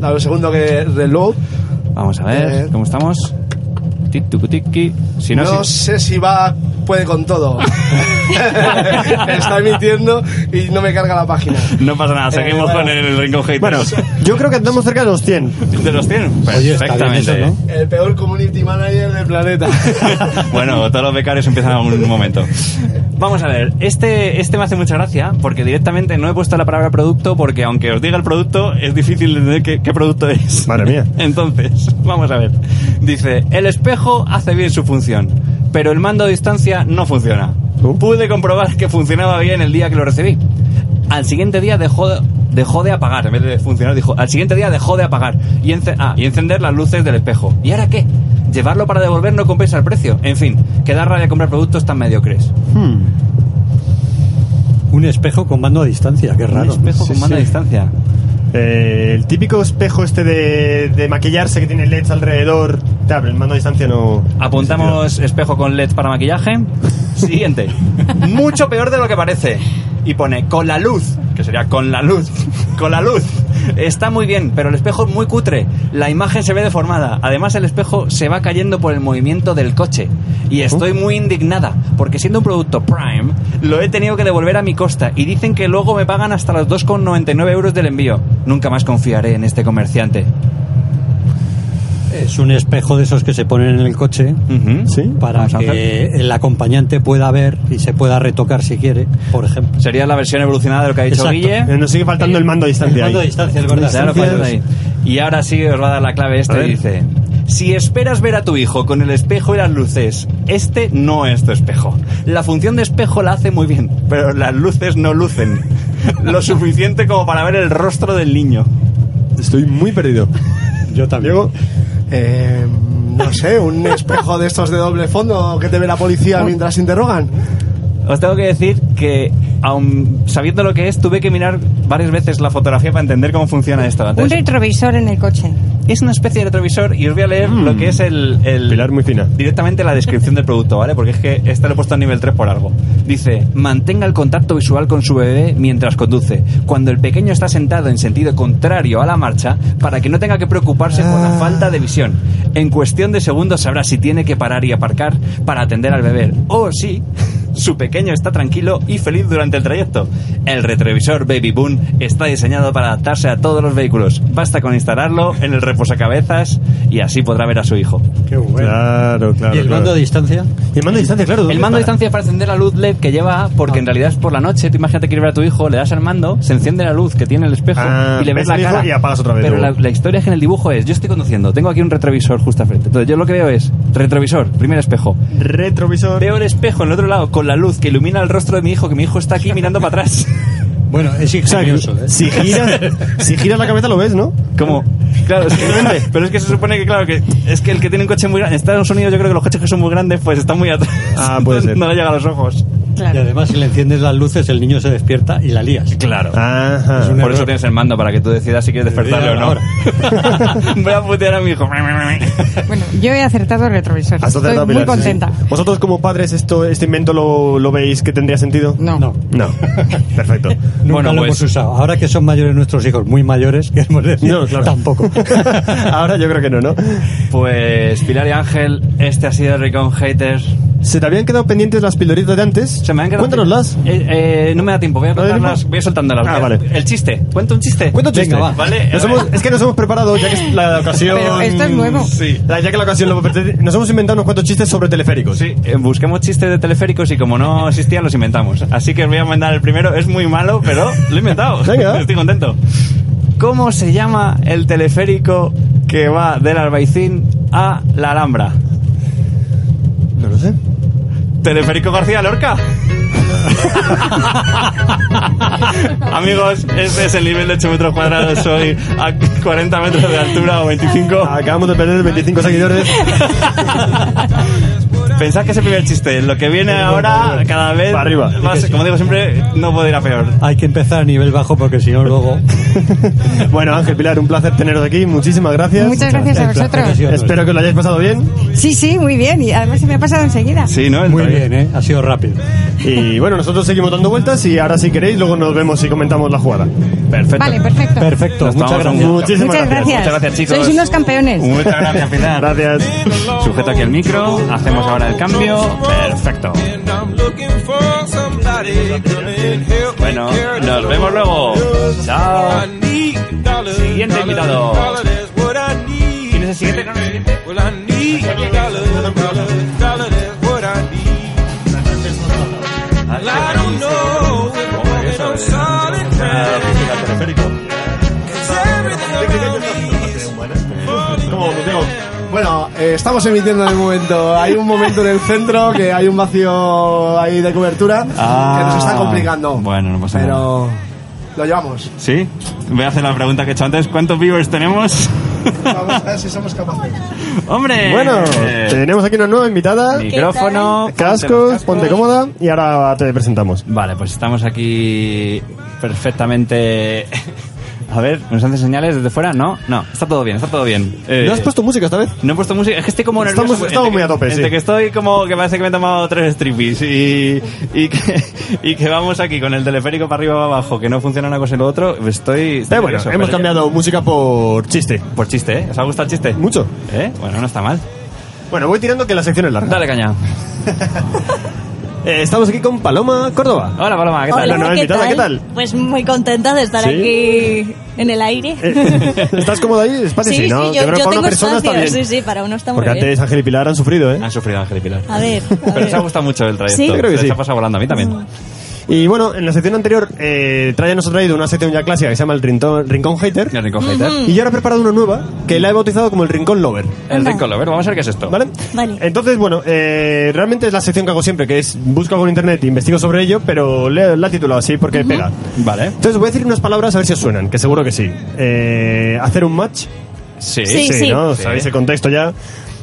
S2: dame un segundo que reload.
S1: Vamos a ver,
S2: Eh.
S1: ¿cómo estamos? Tic, tucu, tiqui. Si no,
S2: No,
S1: si-
S2: sé si va. Puede con todo. Está emitiendo y no me carga la página.
S1: no pasa nada, seguimos
S2: Eh, bueno.
S1: con el rincón haters.
S4: Bueno, yo creo que andamos cerca de los 100.
S1: de los 100.
S6: Oye, está bien eso, ¿no?
S2: El peor community manager del planeta.
S1: Bueno, todos los becarios empiezan en algún momento. Vamos a ver, este, este me hace mucha gracia porque directamente no he puesto la palabra producto porque aunque os diga el producto es difícil de entender qué, qué producto es.
S4: Madre mía.
S1: Entonces, vamos a ver. Dice, el espejo hace bien su función, pero el mando a distancia no funciona.
S4: Uh.
S1: Pude comprobar que funcionaba bien el día que lo recibí. Al siguiente día dejó, dejó de apagar, en vez de funcionar, dijo, al siguiente día dejó de apagar y, ence- ah, y encender las luces del espejo. ¿Y ahora qué? Llevarlo para devolver no compensa el precio. En fin, que da rabia comprar productos tan mediocres.
S4: Hmm.
S6: Un espejo con mando a distancia, qué raro.
S1: Un espejo
S4: sí,
S1: con mando a
S4: sí.
S1: distancia.
S4: Eh, el típico espejo este de, de maquillarse que tiene LEDs alrededor. Claro, el mando a distancia no.
S1: Apuntamos espejo con LED para maquillaje. Siguiente. Mucho peor de lo que parece. Y pone con la luz, que sería con la luz, con la luz. Está muy bien, pero el espejo es muy cutre. La imagen se ve deformada. Además, el espejo se va cayendo por el movimiento del coche. Y estoy muy indignada, porque siendo un producto Prime, lo he tenido que devolver a mi costa. Y dicen que luego me pagan hasta los 2,99 euros del envío. Nunca más confiaré en este comerciante.
S6: Es un espejo de esos que se ponen en el coche
S1: Ujú.
S6: para
S1: Vamos a
S6: que el acompañante pueda ver y se pueda retocar si quiere, por ejemplo.
S1: Sería la versión evolucionada de lo que ha dicho
S6: Exacto.
S1: Guille.
S4: Eh, Nos sigue faltando el mando a distancia
S6: Mando a
S4: ahí.
S6: distancia, es
S1: Claro,
S6: verdad.
S1: falta ahí. Y ahora sí os va a dar la clave
S4: A
S1: este
S4: ver.
S1: y dice... Si esperas ver a tu hijo con el espejo y las luces, este no es tu espejo. La función de espejo la hace muy bien, pero las luces no lucen lo suficiente como para ver el rostro del niño.
S4: Estoy muy perdido. Yo también. Diego,
S2: Eh, no sé, un espejo de estos de doble fondo que te ve la policía mientras interrogan.
S1: Os tengo que decir que, aun sabiendo lo que es, tuve que mirar varias veces la fotografía para entender cómo funciona esto.
S5: Un
S1: Entonces,
S5: retrovisor en el coche.
S1: es una especie de retrovisor y os voy a leer lo que es el, el-
S4: Mm. Pilar muy fina.
S1: directamente la descripción del producto, ¿vale? Porque es que este lo he puesto en nivel 3 por algo. Dice, mantenga el contacto visual con su bebé mientras conduce, cuando el pequeño está sentado en sentido contrario a la marcha, para que no tenga que preocuparse por la
S4: Ah.
S1: falta de visión. En cuestión de segundos sabrá si tiene que parar y aparcar para atender al bebé, o si su pequeño está tranquilo y feliz durante el trayecto. El retrovisor Baby Boom está diseñado para adaptarse a todos los vehículos. Basta con instalarlo en el reposacabezas y así podrá ver a su hijo.
S6: Qué bueno.
S4: Claro, claro.
S6: ¿Y el
S4: claro.
S6: mando a distancia?
S4: Y el mando a distancia, claro.
S1: El
S4: ¿dónde Ah.
S1: mando a
S4: para?
S1: distancia es para encender la luz LED que lleva, porque en realidad es por la noche. Tú imagínate que ir a ver a tu hijo, le das al mando, se enciende la luz que tiene el espejo
S4: Ah,
S1: y le ves
S4: ves
S1: la
S4: al hijo
S1: cara.
S4: y apagas otra vez
S1: Pero la,
S4: luego.
S1: la historia es que en el dibujo es: yo estoy conduciendo, tengo aquí un retrovisor justo al frente. Entonces yo lo que veo es: retrovisor, primer espejo.
S4: Retrovisor.
S1: Veo el espejo en el otro lado con la luz que ilumina el rostro de mi hijo, que mi hijo está aquí mirando para atrás.
S6: Bueno, es
S4: O sea, que
S6: ingenioso, ¿eh?
S4: si, giras, si giras la cabeza lo ves, ¿no?
S1: Como, claro, simplemente. Pero es que se supone que, claro, que es que el que tiene un coche muy grande. En Estados Unidos, yo creo que los coches que son muy grandes, pues están muy atrás.
S4: Ah, puede ser.
S1: No le llega a los ojos.
S6: Y
S5: Claro.
S6: además, si le enciendes las luces, el niño se despierta y la lías.
S1: Claro.
S4: Ajá.
S6: Es un
S1: Por
S6: error.
S1: eso tienes el mando para que tú decidas si quieres despertarle o no.
S6: Ahora.
S1: Voy a putear a mi hijo.
S5: Bueno, yo he acertado el retrovisor.
S4: Has
S5: Estoy
S4: acertado,
S5: muy
S4: Pilar, sí,
S5: contenta.
S4: sí. ¿Vosotros como padres esto, este invento lo, lo veis que tendría sentido?
S5: No.
S6: No.
S4: No. Perfecto.
S6: Nunca
S1: Bueno,
S6: lo
S1: pues-
S6: hemos usado. Ahora que son mayores nuestros hijos, muy mayores, queremos decir,
S4: No, claro.
S6: tampoco.
S4: Ahora yo creo que no, ¿no?
S1: Pues Pilar y Ángel, este ha sido Recon Haters.
S4: ¿Se te habían quedado pendientes las pildoritas de antes?
S1: Se me han quedado-
S4: Cuéntanoslas.
S1: Eh, eh, no me da tiempo, voy a
S4: ¿No te da
S1: contarlas.
S4: tiempo?
S1: Voy soltándolas.
S4: Ah,
S1: Voy a-
S4: vale.
S1: El chiste. Cuenta un chiste.
S4: Cuenta un
S6: Venga,
S4: chiste.
S6: va.
S1: Vale, a
S4: Nos
S1: ver.
S4: hemos- es que nos hemos preparado, ya que es la ocasión.
S5: Pero esto es nuevo.
S4: Sí. La- ya que la ocasión lo apetece, Nos hemos inventado unos cuantos chistes sobre teleféricos.
S1: Sí, eh, busquemos chistes de teleféricos y como no existían, los inventamos. Así que os voy a mandar el primero. Es muy malo, pero lo he inventado.
S4: Venga.
S1: Estoy contento. ¿Cómo se llama el teleférico que va del Albaicín a la Alhambra?
S4: No lo sé.
S1: Teleférico García Lorca. Amigos, este es el nivel de 8 metros cuadrados. Soy a 40 metros de altura o 25.
S4: Acabamos de perder 25 seguidores.
S1: Pensad que es el primer chiste. Lo que viene ahora cada vez
S4: Para arriba.
S1: más, como digo siempre, no puede ir a peor.
S6: Hay que empezar a nivel bajo porque si no, luego.
S4: Bueno, Ángel Pilar, un placer teneros aquí. Muchísimas gracias.
S5: Muchas gracias a vosotros.
S4: Espero que os lo hayáis pasado bien.
S5: Sí, sí, muy bien. Y además se me ha pasado enseguida.
S1: Sí, ¿no? El
S6: Muy
S1: trailer.
S6: bien, ¿eh? Ha sido rápido.
S4: Y bueno, nosotros seguimos dando vueltas y ahora si queréis luego nos vemos y comentamos la jugada.
S1: Perfecto.
S5: Vale, perfecto.
S6: Perfecto,
S1: Nos
S6: muchas
S1: tomamos un
S6: gracias.
S4: Muchísimas
S5: Muchas gracias.
S1: Muchas gracias, chicos.
S5: Sois unos campeones.
S1: Muchas gracias, Pilar.
S4: Gracias.
S1: Sujeto aquí el micro, hacemos ahora el cambio. Perfecto.
S3: And I'm looking for somebody gonna help me
S1: Bueno,
S3: carry the
S1: nos vemos
S3: load.
S1: luego. Chao.
S3: I need dollars,
S1: Siguiente
S3: dollars,
S1: invitado.
S3: dollars, that's what I need.
S1: ¿Quién es el siguiente? ¿No es el siguiente?
S3: Well, I need dollars, dollars, dollars, that's what I need. Well, I don't know if I'm walking on solid ground, 'cause everything around me is
S2: Bueno, eh, estamos emitiendo en el momento. Hay un momento en el centro que hay un vacío ahí de cobertura que nos
S4: Ah.
S2: está complicando.
S1: Ah. Bueno, no pasa
S2: Pero lo llevamos.
S1: ¿Sí? Voy a hacer la pregunta que he hecho antes. ¿Cuántos viewers tenemos?
S2: Vamos a ver si somos capaces.
S1: ¡Hombre!
S4: Bueno,
S1: Eh,
S4: tenemos aquí una nueva invitada.
S1: micrófono,
S4: Cascos, ponte
S1: cómodo.
S4: cómoda y ahora te presentamos.
S1: Vale, pues estamos aquí perfectamente... A ver, ¿nos hacen señales desde fuera? No, no, está todo bien, está todo bien. Eh,
S4: ¿No has puesto música esta vez?
S1: No he puesto música, es que estoy como nervioso.
S4: Estamos- estamos
S1: Entre
S4: muy
S1: que-
S4: a tope,
S1: entre
S4: sí.
S1: que estoy como que parece que me he tomado tres strippies y, y, que, y que vamos aquí con el teleférico para arriba o para abajo, que no funciona una cosa y lo otro, estoy... estoy
S4: Eh, bueno,
S1: nervioso,
S4: hemos
S1: pero-
S4: cambiado música por chiste.
S1: Por chiste, ¿eh? ¿Os ha gustado el chiste?
S4: Mucho.
S1: ¿Eh? Bueno, no está mal.
S4: Bueno, voy tirando que la sección es larga.
S1: Dale caña.
S4: Eh, estamos aquí con Paloma Córdoba. Ah,
S1: Hola, Paloma, ¿qué tal?
S4: Hola. nueva invitada, ¿qué tal?
S7: Pues muy contenta de estar
S4: ¿Sí?
S7: aquí en el aire.
S4: Eh, ¿Estás cómodo ahí? Espacio,
S7: sí,
S4: ¿no?
S7: sí, yo,
S4: creo que
S7: yo
S4: para
S7: tengo
S4: una persona está
S7: espacio. Sí,
S4: bien.
S7: sí, para uno está muy
S4: Porque
S7: bien.
S4: antes Ángel y Pilar han sufrido, ¿eh?
S1: Han sufrido Ángel y Pilar.
S7: A ver, a
S1: Pero
S7: ver.
S1: les ha gustado mucho el trayecto.
S7: Sí.
S4: Creo que
S1: Se les
S4: sí.
S1: ha pasado volando a mí también.
S4: Y bueno, en la sección anterior, eh, Traya nos ha traído una sección ya clásica que se llama el Rincón, Rincón Hater.
S1: El Rincón Hater.
S4: Y yo ahora he preparado una nueva que la he bautizado como el Rincón Lover.
S1: El Rincón Lover. Vamos a ver qué es esto.
S4: ¿Vale?
S7: Vale.
S4: Entonces, bueno, eh, realmente es la sección que hago siempre, que es busco algo en internet, e investigo sobre ello, pero le- la he titulado así porque pega.
S1: Vale.
S4: Entonces voy a decir unas palabras a ver si os suenan, que seguro que sí. Eh, hacer un match,
S1: Sí.
S7: Sí.
S4: ¿no?
S1: Sí.
S4: Sabéis el contexto ya.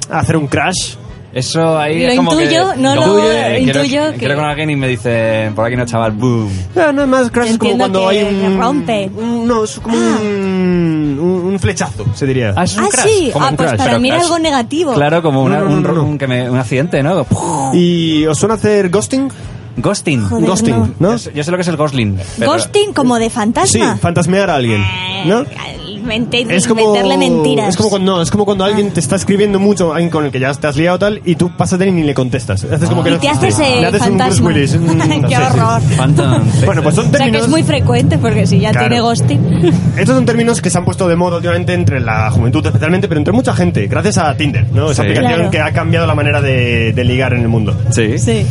S4: Hacer un crash.
S1: Eso ahí
S7: Lo
S1: es como
S7: intuyo,
S1: que,
S7: no lo-
S1: eh, quiero-
S7: intuyo que-
S1: Quiero con alguien y me dice por aquí no chaval, boom.
S4: Ah, no, más crash es como
S7: Entiendo
S4: cuando
S7: que
S4: hay un...
S7: rompe.
S4: un- no, es como Mm, un, un- un flechazo, se diría.
S1: Ah, es un
S7: Ah,
S1: crash.
S7: sí.
S4: como
S7: Ah,
S4: un
S7: pues
S4: crash,
S7: para
S4: pero
S7: mí era
S4: crash.
S7: algo negativo.
S1: Claro, como una-
S4: No, no,
S1: un,
S4: no,
S1: ro-
S4: no.
S1: un que me- un accidente, ¿no?
S4: ¿Y os suena hacer ghosting?
S1: Ghosting.
S7: Joder,
S4: ghosting, ¿no?
S1: Yo sé- Yo sé lo que es el ghostling. pero-
S7: Ghosting como de
S4: Sí,
S7: fantasma.
S4: fantasmear a alguien, ¿no?
S7: Ay, mente- meterle mentiras.
S4: Es como cuando, no, es como cuando alguien te está escribiendo mucho, alguien con el que ya te has liado tal, y tú pasas de él y ni le contestas. Haces como que
S7: Ah. Y
S4: no
S7: te
S4: existe.
S7: haces el
S4: Le haces un Bruce
S7: fantasma.
S4: Willis, mm,
S7: Qué
S4: sí, sí.
S7: horror.
S1: Phantom Sex.
S4: Bueno, pues son
S7: O sea que
S4: términos.
S7: es muy frecuente porque si ya
S4: Claro.
S7: tiene ghosting.
S4: Estos son términos que se han puesto de moda últimamente entre la juventud especialmente, pero entre mucha gente, gracias a Tinder, ¿no? Esa
S1: Sí.
S4: aplicación
S7: Claro.
S4: que ha cambiado la manera de, de ligar en el mundo.
S1: sí.
S7: Sí.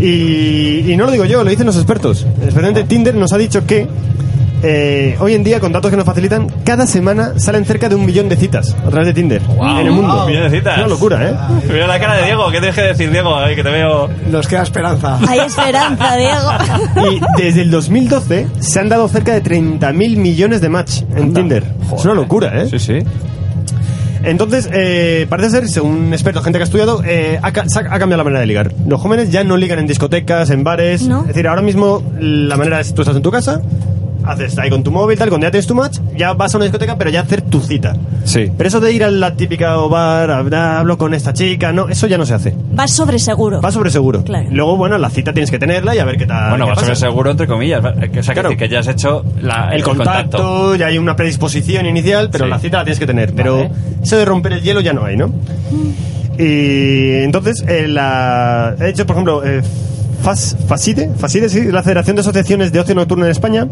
S4: Y, y no lo digo yo, lo dicen los expertos. Especialmente Tinder nos ha dicho que eh, hoy en día, con datos que nos facilitan, cada semana salen cerca de un millón de citas a través de Tinder
S1: Wow.
S4: en el mundo.
S1: Wow. Un millón de citas.
S4: Es una locura, ¿eh?
S1: Mira la cara de Diego, ¿qué tienes que decir, Diego? Ay, que te veo.
S2: Nos queda esperanza.
S7: Hay esperanza, Diego.
S4: Y desde el 2012 se han dado cerca de 30.000 millones de match en Tinder. Es una locura, ¿eh?
S1: Sí, sí.
S4: Entonces, eh, parece ser, según expertos, gente que ha estudiado, eh, ha, ca- se ha- ha cambiado la manera de ligar. Los jóvenes ya no ligan en discotecas, en bares.
S7: No.
S4: Es decir, ahora mismo la manera es tú estás en tu casa, haces ahí con tu móvil, tal, cuando ya tienes tu match, ya vas a una discoteca, pero ya hacer tu cita.
S1: Sí.
S4: Pero eso de ir a la típica bar, habla- hablo con esta chica, no, eso ya no se hace.
S7: Vas sobre seguro.
S4: Va sobre seguro.
S7: Claro.
S4: Luego, bueno, la cita tienes que tenerla y a ver qué tal.
S1: Bueno,
S4: qué
S1: va sobre
S4: pasa.
S1: seguro, entre comillas. va- que- O sea, que
S4: Claro.
S1: decir que ya has hecho la-
S4: Ah, el contacto, ya hay una predisposición inicial, pero
S1: Sí.
S4: la cita la tienes que tener. Pero
S1: Vale.
S4: eso de romper el hielo ya no hay, ¿no? Y entonces, eh, la, he hecho, por ejemplo, eh, Fas- Fasite, Fasite, sí, la Federación de Asociaciones de Ocio Nocturno en España,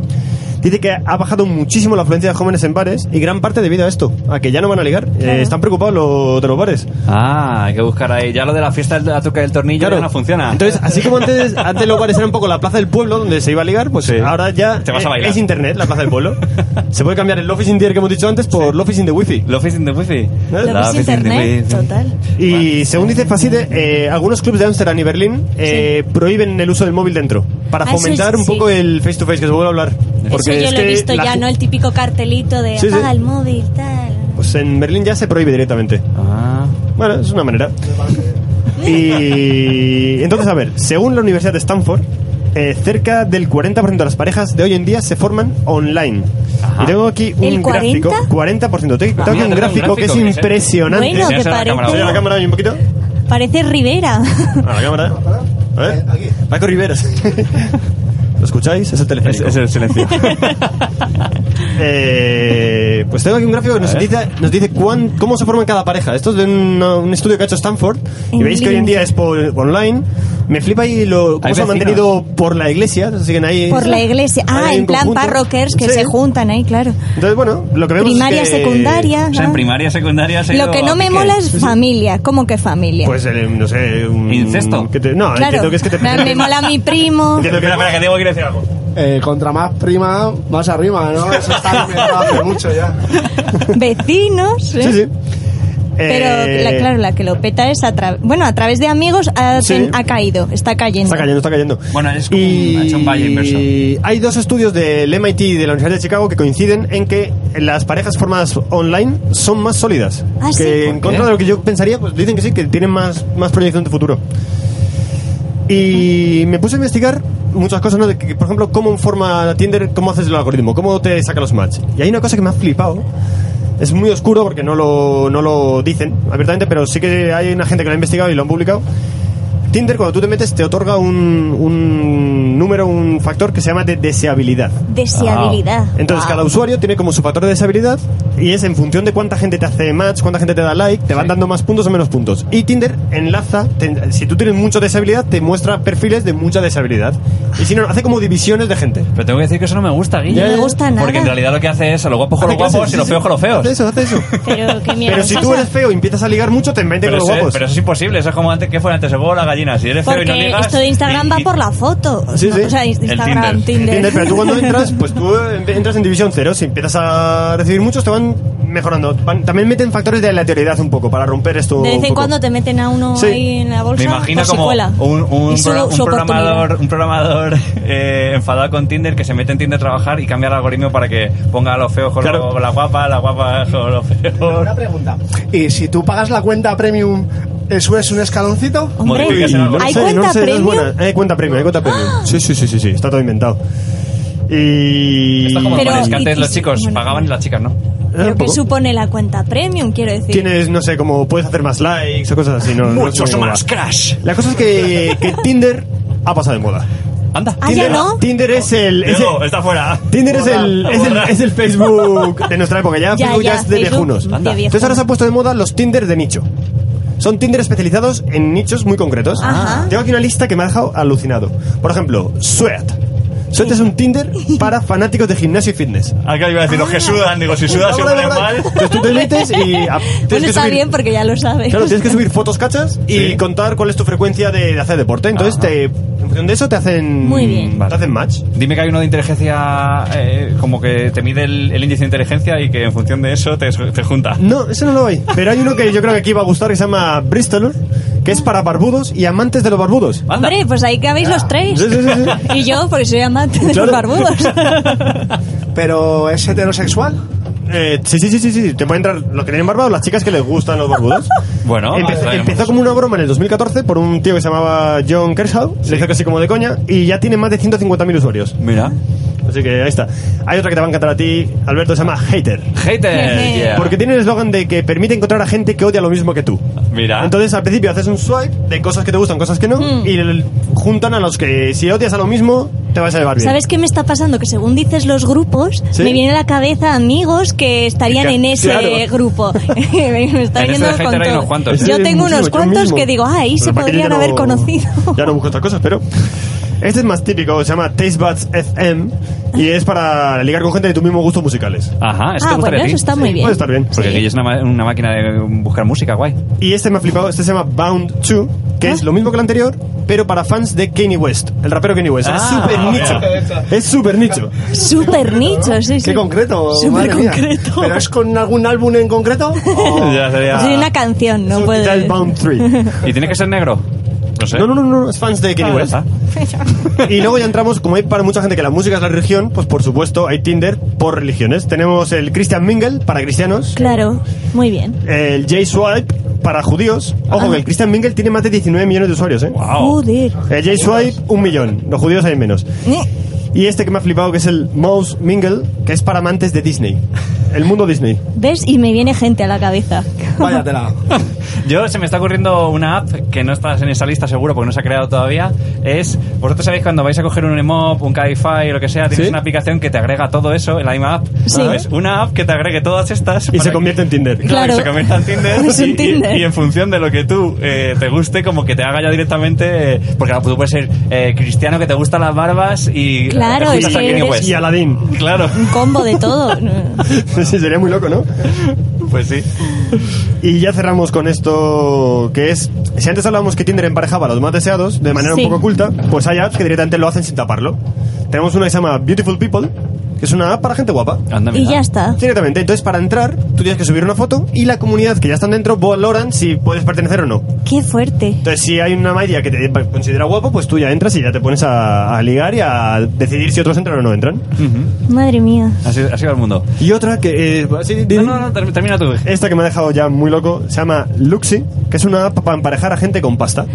S4: dice que ha bajado muchísimo la afluencia de jóvenes en bares y gran parte debido a esto, a que ya no van a ligar. Eh, están preocupados los de los bares.
S1: Ah, hay que buscar ahí. Ya lo de la fiesta de la tuca del tornillo
S4: Claro.
S1: ya no funciona.
S4: Entonces, así como antes, antes los bares eran un poco la plaza del pueblo donde se iba a ligar, pues
S1: Sí.
S4: ahora ya
S1: Te vas a
S4: eh,
S1: bailar.
S4: es internet, la plaza del pueblo. se puede cambiar el Love is in the air que hemos dicho antes por Love is in the wifi.
S1: Lo in the wifi.
S4: Lo
S7: Lo
S1: La
S7: ves
S1: office in the
S7: internet,
S1: wifi.
S7: total.
S4: Y según dice Facide, eh, algunos clubes de Ámsterdam y Berlín eh, prohíben el uso del móvil dentro para
S7: Ah, eso
S4: fomentar
S7: es-
S4: un
S7: sí.
S4: poco el face to face que se vuelve a hablar.
S7: Eso yo
S4: es
S7: lo he
S4: que
S7: visto
S4: la
S7: ya,
S4: gen-
S7: ¿no? El típico cartelito de
S4: Sí, sí.
S7: apaga el móvil, tal.
S4: Pues en Berlín ya se prohíbe directamente.
S1: Ah.
S4: Bueno, es una manera. Y entonces, a ver, según la Universidad de Stanford, eh, cerca del 40% de las parejas de hoy en día se forman online.
S1: Ajá.
S4: Y tengo aquí un
S7: ¿El 40?
S4: gráfico. 40%. Tengo,
S1: Ah,
S4: tengo aquí
S1: mira,
S4: un
S1: tengo
S4: gráfico que es impresionante.
S7: Bueno,
S1: Enseñas
S7: que
S1: a la cámara,
S4: Enseña la
S7: parece,
S4: cámara ahí un poquito.
S7: parece Rivera.
S4: A la cámara. A ver. Paco Riveras. ¿Lo escucháis? Es el
S1: Es,
S4: teleférico.
S1: es el silencio.
S4: Eh, pues tengo aquí un gráfico que nos dice, nos dice cuán- cómo se forma cada pareja. Esto es de un, un estudio que ha hecho Stanford. Y
S7: En
S4: veis que hoy en
S7: línea.
S4: día es por online. Me flipa ahí lo, cómo
S1: Hay
S4: se ha
S1: vecinos.
S4: mantenido por la iglesia. Siguen ahí.
S7: Por la iglesia.
S4: Ahí
S7: Ah,
S4: hay
S7: en
S4: un
S7: plan
S4: conjunto.
S7: parroquers que
S4: Sí.
S7: se juntan ahí, claro.
S4: Entonces, bueno, lo que vemos es
S7: Primaria,
S4: que-
S7: secundaria.
S1: o sea, en
S7: ah.
S1: primaria, secundaria, se ha
S7: Lo
S1: ido
S7: que no
S1: a
S7: me
S1: pique.
S7: mola es familia. ¿Cómo que familia?
S4: Pues, eh, no sé. un-
S1: ¿Incesto?
S4: que te- no,
S7: claro.
S4: entiendo que es que te.
S7: Me- me mola mi primo.
S4: Entiendo que-
S1: Espera, espera, que Diego quiere decir algo.
S2: Eh, contra más prima, más arriba, ¿no? Eso está inventado hace mucho ya.
S7: Vecinos. ¿eh?
S4: Sí, sí.
S7: Pero
S4: Eh,
S7: la- claro, la que lo peta es a través. Bueno, a través de amigos ha,
S4: Sí.
S7: ten- ha caído, está cayendo.
S4: Está cayendo, está cayendo.
S1: Bueno, es como un- ha hecho un valle inverso.
S4: Hay dos estudios del MIT y de la Universidad de Chicago que coinciden en que las parejas formadas online son más sólidas.
S7: Ah,
S4: que
S7: ¿sí? ¿Por
S4: en contra de lo que yo pensaría, pues dicen que sí, que tienen más, más proyección de futuro. Y me puse a investigar muchas cosas, ¿no? De que, por ejemplo, cómo forma Tinder, cómo haces el algoritmo, cómo te saca los match. Y hay una cosa que me ha flipado. Es muy oscuro porque no lo, no lo dicen abiertamente, pero sí que hay una gente que lo ha investigado y lo han publicado. Tinder, cuando tú te metes, te otorga un, un número, un factor que se llama de deseabilidad. Ah.
S7: Deseabilidad.
S4: Entonces,
S7: Wow.
S4: cada usuario tiene como su factor de deseabilidad y es en función de cuánta gente te hace match, cuánta gente te da like, te van dando más puntos o menos puntos. Y Tinder enlaza, te- si tú tienes mucha deseabilidad, te muestra perfiles de mucha deseabilidad. Y si no, hace como divisiones de gente.
S1: Pero tengo que decir que eso no me gusta, Guille.
S7: No me gusta nada.
S1: Porque en realidad lo que hace es a los guapos Pues con los
S4: Hace clases,
S1: guapos y
S4: sí,
S1: los
S4: sí.
S1: feos con los feos.
S4: Hace eso, hace eso.
S7: Pero qué mierda
S4: Pero si tú
S7: pasa?
S4: eres feo y empiezas a ligar mucho, te meten
S1: Pero
S4: con los
S1: eso, es,
S4: guapos.
S1: pero eso es imposible, eso es como antes que fuera antes el huevo o la gallina. Si eres feo y no
S7: Porque
S1: ligas.
S7: esto de Instagram
S1: y-
S7: va
S1: y-
S7: por la foto.
S4: Sí,
S7: ¿no?
S4: sí.
S7: O sea, Instagram,
S1: El Tinder.
S7: Tinder.
S4: Tinder, pero tú cuando entras, pues tú eh, entras en división cero. Si empiezas a recibir muchos, te van mejorando. Van- también meten factores de aleatoriedad un poco para romper
S7: De
S4: esto. un
S7: vez en
S4: poco.
S7: cuando te meten a uno
S4: Sí.
S7: ahí en la bolsa.
S1: Me imagino
S7: por si
S1: como
S7: cuela.
S1: un, un
S7: Y su-
S1: pro- un
S7: su oportunidad.
S1: programador, un programador eh, enfadado con Tinder que se mete en Tinder a trabajar y cambia el algoritmo para que ponga a los feos con,
S4: Claro.
S1: lo- con la guapa, la guapa con los feos.
S2: Una pregunta. ¿Y si tú pagas la cuenta premium, eh, subes un escaloncito?
S7: Hombre,
S1: modificas el
S4: No lo
S1: algoritmo.
S7: ¿hay
S4: sé, no lo
S7: cuenta
S4: sé, no es
S7: premium? Ah.
S4: buena. Hay cuenta premium, hay cuenta premium. Sí, sí, sí, sí, sí, está todo inventado. Y.
S1: Esto es como los
S7: Pero-
S1: bares, que antes
S7: y-
S1: los
S7: y-
S1: chicos
S7: bueno.
S1: pagaban y las chicas no.
S4: Eh,
S7: Lo
S4: un
S7: que
S4: poco.
S7: supone la cuenta premium, quiero decir.
S4: Tienes, no sé, como puedes hacer más likes o cosas así. No, no sé cómo va.
S1: crash.
S4: La cosa es que, que Tinder ha pasado de moda.
S1: Anda.
S7: Ah, ya
S4: Tinder,
S7: no.
S4: Tinder es el. es el-
S1: Diego, está fuera.
S4: Tinder es el, es, el, es el Facebook de nuestra época, ya,
S7: Ya,
S4: Facebook ya
S7: ya,
S4: es de
S7: Facebook
S4: viejunos.
S7: de viejunos.
S4: Entonces ahora se han puesto de moda los Tinder de nicho. Son Tinder especializados en nichos muy concretos.
S7: Ajá.
S4: Tengo aquí una lista que me ha dejado alucinado. Por ejemplo, Sweat. Sweat es un Tinder para fanáticos de gimnasio y fitness.
S1: Acá iba a
S7: Ah.
S1: decir, los que sudan, digo, si
S4: Ahora,
S1: sudas se
S4: ahora,
S1: ponen
S4: ahora.
S1: mal.
S4: Entonces tú te metes y... ah, tienes
S7: Bueno,
S4: que
S7: está
S4: subir-
S7: bien porque ya lo sabes.
S4: Claro, tienes que subir fotos cachas y
S1: Sí.
S4: contar cuál es tu frecuencia de, de hacer deporte. Entonces, te, en función de eso, te hacen...
S7: Muy bien.
S4: Te hacen match.
S1: Dime que hay uno de inteligencia, eh, como que te mide el, el índice de inteligencia y que en función de eso te, te junta.
S4: No, ese no lo hay. Pero hay uno que yo creo que aquí va a gustar que se llama Bristol, que es para barbudos y amantes de los barbudos.
S1: Anda.
S7: Hombre, pues ahí cabéis los tres.
S4: Sí, sí, sí, sí.
S7: Y yo, porque soy amante de
S4: Claro.
S7: los barbudos.
S2: ¿Pero es heterosexual?
S4: Eh, sí, sí, sí, sí, sí. Te pueden entrar los que tienen barba o las chicas que les gustan los barbudos.
S1: Bueno,
S4: Empe-
S1: ahí
S4: empezó
S1: veremos.
S4: como una broma en el 2014 por un tío que se llamaba John Kershaw. Le hizo casi como de coña y ya tiene más de 150.000 usuarios.
S1: Mira.
S4: Así que ahí está. Hay otra que te va a encantar a ti, Alberto, se llama Hater.
S1: Hater.
S7: Jeje.
S1: yeah.
S4: Porque tiene el eslogan de que permite encontrar a gente que odia lo mismo que tú.
S1: Mira.
S4: Entonces al principio haces un swipe de cosas que te gustan, cosas que no,
S7: Mm.
S4: y el- juntan a los que si odias a lo mismo, te vas a llevar bien.
S7: ¿Sabes qué me está pasando? Que según dices los grupos,
S4: Sí.
S7: me viene a la cabeza amigos que estarían
S4: Que-
S7: en ese
S4: claro.
S7: grupo. me está
S1: En ese
S7: viniendo
S1: hater
S7: con
S1: hay
S7: todo.
S1: unos cuantos.
S4: Ese
S7: Yo
S4: es
S7: tengo unos
S4: muchísimo, yo
S7: cuantos
S4: mismo.
S7: que digo, ah, ahí
S4: Pero
S7: se
S4: para que yo
S7: podrían
S4: ya no-
S7: haber conocido.
S4: Ya no busco otras cosas, pero. Este es más típico, se llama Taste Buds FM y es para ligar con gente de tus mismos gustos musicales.
S1: Ajá, este
S7: Ah,
S1: gustaría
S7: bueno,
S1: a ti.
S7: eso está muy bien.
S4: Puede estar bien.
S1: Porque Guille es una, ma- una máquina de buscar música, guay.
S4: Y este me ha flipado, este se llama Bound 2, que
S7: Ah.
S4: es lo mismo que el anterior, pero para fans de Kanye West, el rapero Kanye West. Pues es
S1: Ah,
S4: súper nicho. Es súper nicho.
S7: Súper nicho, sí, sí.
S2: Qué concreto.
S7: Súper
S2: madre mía.
S7: concreto.
S2: ¿Pero es con algún álbum en concreto?
S1: Ya sería-
S7: Sí, una canción, no
S4: Eso
S7: puedo.
S4: quizá es Bound 3.
S1: ¿Y tiene que ser negro? No sé.
S4: No, no, no, no, es fans de Kanye
S1: Ah, ya
S4: West.
S1: está.
S4: Y luego ya entramos, como hay para mucha gente que la música es la religión, pues por supuesto hay Tinder por religiones. Tenemos el Christian Mingle para cristianos,
S7: Claro, muy bien.
S4: el J-Swipe para judíos. Ojo, que el Christian Mingle tiene más de 19 millones de usuarios, ¿eh?
S1: Wow.
S7: Joder.
S4: El J-Swipe, un millón. Los judíos hay menos. Y este que me ha flipado, que es el Mouse Mingle, que es para amantes de Disney. El mundo Disney.
S7: ¿Ves? Y me viene gente a la cabeza.
S2: Váyatela.
S1: Yo se me está ocurriendo una app que no está en esa lista seguro porque no se ha creado todavía. Es, vosotros sabéis cuando vais a coger un Emop, un Cabify, lo que sea, tienes
S4: Sí.
S1: una aplicación que te agrega todo eso en la misma app.
S7: Sí.
S1: Es una app que te agregue todas estas.
S4: Y
S1: para
S4: se convierte en Tinder.
S1: que- claro,
S7: Claro.
S1: se convierta en Tinder,
S7: Es un
S1: y- y,
S7: Tinder.
S1: y en función de lo que tú eh, te guste, como que te haga ya directamente, eh, porque tú puedes ser eh, cristiano que te gustan las barbas y eh,
S7: Claro,
S1: te juntas
S7: es
S1: a
S7: que
S1: Kanye
S7: eres-
S1: West.
S4: Y Aladdin.
S1: Claro,
S7: Un combo de todo.
S4: Sí, sería muy loco, ¿no?
S1: pues sí.
S4: Y ya cerramos con esto que es... Si antes hablábamos que Tinder emparejaba a los más deseados de manera
S7: Sí.
S4: un poco oculta, pues hay apps que directamente lo hacen sin taparlo. Tenemos una que se llama Beautiful People, que es una app para gente guapa.
S1: Anda,
S7: Y
S1: mira.
S7: ya está.
S4: Directamente, entonces para entrar tú tienes que subir una foto y la comunidad que ya están dentro valoran si puedes pertenecer o no.
S7: Qué fuerte.
S4: Entonces si hay una media que te considera guapo, pues tú ya entras y ya te pones a, a ligar y a decidir si otros entran o no entran.
S1: Ujú.
S7: Madre mía.
S1: Así, así va el mundo.
S4: Y otra que... eh, sí, di-
S1: No, no, no, ter- termina tú.
S4: Esta que me ha dejado ya muy loco se llama Luxi, que es una app para emparejar a gente con pasta.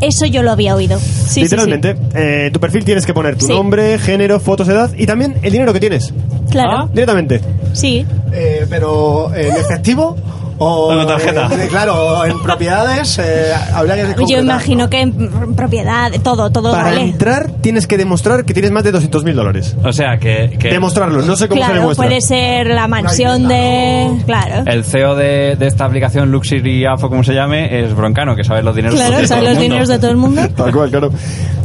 S7: Eso yo lo había oído. Sí, sí, sí.
S4: Literalmente, eh, tu perfil tienes que poner tu
S7: Sí.
S4: nombre, género, fotos, edad y también el dinero que tienes.
S7: Claro.
S4: Ah. Directamente.
S7: Sí.
S2: Eh, pero eh, en efectivo O
S8: Con tarjeta.
S2: eh, claro, en propiedades eh, habría que
S7: Yo
S2: concretar,
S7: imagino
S2: ¿no?
S7: que en propiedad, todo, todo
S4: Para
S7: vale.
S4: entrar tienes que demostrar que tienes más de 200 mil dólares.
S1: O sea, que, que
S4: Demostrarlo, no sé cómo se
S7: Claro,
S4: demuestra.
S7: puede ser la mansión de... Claro.
S4: Eh.
S1: el CEO de, de esta aplicación Luxury Afo, como se llame, es Broncano, que sabe los dineros
S7: Claro,
S1: de
S7: o sea,
S1: todo el
S7: los
S1: mundo.
S7: dineros de todo el mundo.
S4: Tal cual, claro.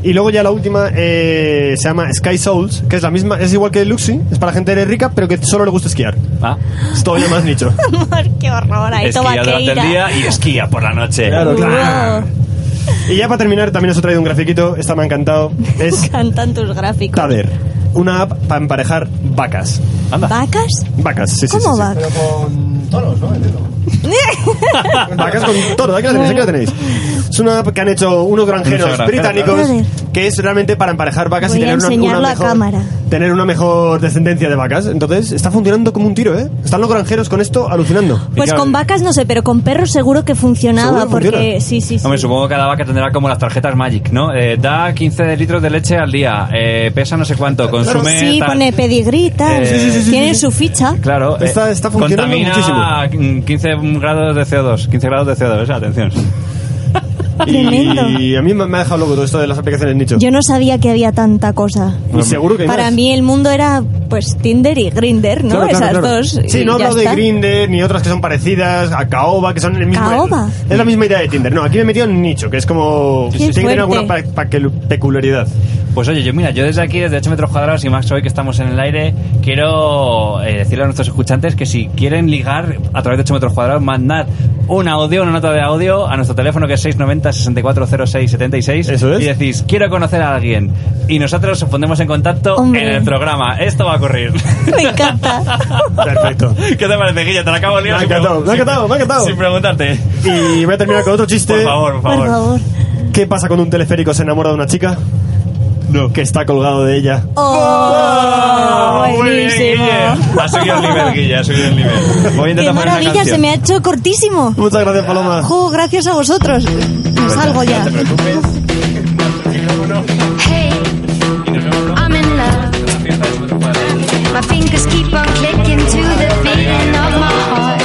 S4: Y luego ya la última eh, se llama Sky Souls, que es la misma, es igual que Luxi, es para gente rica, pero que solo le gusta esquiar.
S1: Ah.
S4: Es todavía más nicho.
S7: Amor, qué horror, ahí todo
S1: Esquía durante el
S7: vaqueira.
S1: día y esquía por la noche.
S4: Claro,
S7: Wow,
S4: Y ya para terminar, también os he traído un grafiquito, esta me ha encantado. Es
S7: Cantan tus gráficos.
S4: Tader, una app para emparejar vacas.
S7: ¿Vacas?
S4: Vacas, sí, sí,
S7: ¿Cómo
S4: sí, sí.
S7: vacas?
S2: Pero con toros, ¿no? Entiendo.
S4: Vacas con toro, aquí la tenéis, aquí la tenéis. Es una app que han hecho unos granjeros
S1: Unos granjeros,
S4: británicos
S7: claro.
S4: que es realmente para emparejar vacas
S7: Voy
S4: y
S7: a
S4: tener una- una,
S7: enseñarlo a
S4: mejor,
S7: cámara.
S4: tener una mejor descendencia de vacas. Entonces, está funcionando como un tiro, ¿eh? Están los granjeros con esto alucinando.
S7: Pues
S1: claro.
S7: con vacas no sé, pero con perros seguro que funcionaba
S4: Seguro que
S7: porque
S4: funciona.
S7: sí, sí, sí.
S1: Hombre, supongo que cada vaca tendrá como las tarjetas Magic, ¿no? Eh, da 15 litros de leche al día, eh, pesa no sé cuánto, consume...
S7: Sí,
S1: tal.
S7: pone pedigrita,
S1: Eh, sí, sí, sí, sí,
S7: tienen
S4: sí.
S7: su ficha.
S1: Claro, eh,
S4: Está- está funcionando
S1: contamina
S4: muchísimo.
S1: 15 grados de E CO2, 15 grados de CO2, eh, atención.
S7: Tremendo.
S4: Y a mí me me ha dejado loco todo esto de las aplicaciones nicho.
S7: Yo no sabía que había tanta cosa.
S4: Y seguro que hay
S7: Para
S4: más.
S7: mí el mundo era pues Tinder y Grinder, ¿no?
S4: Claro, claro,
S7: Esas
S4: claro.
S7: dos.
S4: Sí,
S7: y
S4: no
S7: ya
S4: hablo de
S7: está.
S4: Grinder ni otras que son parecidas a Caoba, que son el mismo.
S7: Caoba.
S4: Es la misma idea de Tinder. No, aquí me he metido en nicho, que es como.
S7: Qué
S4: Tiene que tener
S7: fuerte.
S4: alguna pa- pa- peculiaridad.
S1: Pues oye, yo mira, yo desde aquí, desde 8 metros cuadrados y más hoy que estamos en el aire, quiero eh, decirle a nuestros escuchantes que si quieren ligar a través de 8 metros cuadrados, mandad un audio, una nota de audio a nuestro teléfono que es 690-640676.
S4: Eso es.
S1: Y decís, quiero conocer a alguien. Y nosotros os pondremos en contacto
S7: Hombre.
S1: en el programa. Esto va a ocurrir.
S7: Me encanta.
S4: Perfecto.
S1: ¿Qué te parece, Guilla? Te la acabo de
S4: Me
S1: liar
S4: ha
S1: sin
S4: encantado,
S1: pregun-
S4: me ha encantado, me ha encantado.
S1: Sin preguntarte.
S4: Y voy a terminar con otro chiste.
S1: Por favor, por
S7: Por
S1: favor.
S7: favor.
S4: ¿Qué pasa cuando un teleférico se enamora de una chica? No. Que está colgado de ella.
S5: Oh,
S7: Oh,
S1: Muy bien,
S7: buenísimo.
S1: Guille. Ha subido el nivel, Guille, ha subido el nivel. Voy a
S7: Qué
S1: intentar poner una
S7: maravilla,
S1: canción.
S7: se me ha hecho cortísimo.
S4: Muchas gracias, Paloma.
S7: Jo, gracias a vosotros. Me salgo ya.
S9: Hey, I'm in love. My fingers keep on clicking to the beating of my heart.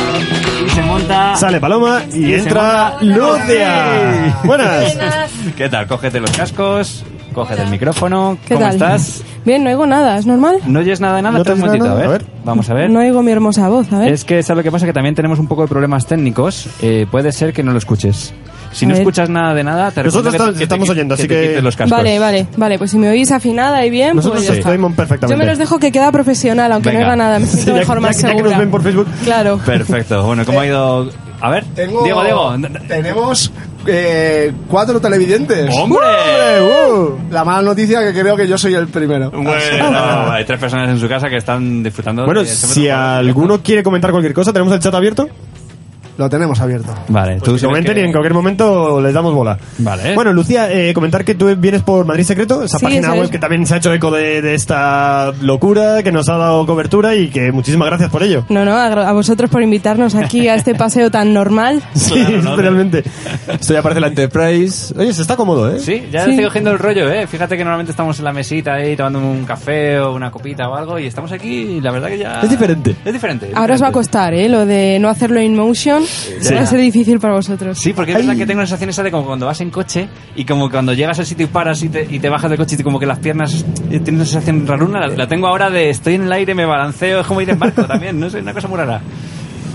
S1: Se monta...
S4: Sale Paloma y entra Lucia. Buenas.
S1: ¿Qué tal? Cógete los cascos, cógete el micrófono.
S5: ¿Qué
S1: ¿Cómo
S5: tal?
S1: estás?
S5: Bien, no oigo nada, ¿es normal?
S1: ¿No oyes nada de nada?
S4: ¿No te
S1: Espera un
S4: oyes
S1: momentito,
S4: nada?
S1: a, ver.
S4: A ver.
S1: ¿eh? Vamos a ver.
S5: No oigo mi hermosa voz, a ver.
S1: Es que ¿sabes lo que pasa? Que también tenemos un poco de problemas técnicos. Eh, puede ser que no lo escuches. Si
S5: A
S1: no
S5: ver.
S1: escuchas nada de nada, te
S4: Nosotros
S1: recomiendo
S4: estamos- estamos
S1: qui-
S4: oyendo, así
S1: te
S4: que-
S1: quites los cascos.
S5: Vale, vale, vale, pues si me oís afinada y bien,
S4: Nosotros
S5: pues ya
S4: os
S5: está.
S4: oímos
S5: Yo
S4: perfectamente.
S5: me los dejo que queda profesional, aunque
S1: Venga.
S5: no haga nada, me siento
S4: Sí, ya-
S5: mejor
S4: ya-
S5: más
S4: ya que
S5: segura.
S4: nos ven por Facebook.
S5: Claro.
S1: Perfecto. Bueno, ¿cómo ha ido? A ver,
S2: Tengo-
S1: Diego, Diego.
S2: Tenemos eh, cuatro televidentes.
S1: ¡Hombre!
S2: Uh, la mala noticia que creo que yo soy el primero.
S1: Bueno, hay tres personas en su casa que están disfrutando.
S4: Bueno,
S1: de- este
S4: si alguno quiere comentar cualquier cosa, tenemos el chat abierto.
S2: Lo tenemos abierto.
S1: Vale, tú
S4: Pues que
S1: sabes
S4: comenten
S1: que-
S4: y en cualquier momento les damos bola.
S1: Vale.
S4: Bueno, Lucía, eh, comentar que tú vienes por Madrid Secreto, esa
S5: Sí,
S4: página
S5: ¿sabes?
S4: web que también se ha hecho eco de, de esta locura, que nos ha dado cobertura y que muchísimas gracias por ello.
S5: No, no, a a vosotros por invitarnos aquí a este paseo tan normal.
S4: Sí, realmente. Esto ya parece la Enterprise. Oye, se está cómodo, ¿eh?
S1: Sí, ya
S5: Sí.
S1: estoy cogiendo el rollo, ¿eh? Fíjate que normalmente estamos en la mesita ahí tomando un café o una copita o algo y estamos aquí y la verdad que ya...
S4: Es diferente.
S1: Es diferente. es
S5: Ahora os va a
S1: diferente.
S5: costar, ¿eh? Lo de no hacerlo in motion va a ser difícil para vosotros.
S1: Sí, porque es verdad que tengo la sensación esa de como cuando vas en coche y como cuando llegas al sitio y paras y te, y te bajas del coche y como que las piernas eh, tienes una sensación raruna. La, la tengo ahora de estoy en el aire, me balanceo, es como ir en barco también, no sé, una cosa muy rara.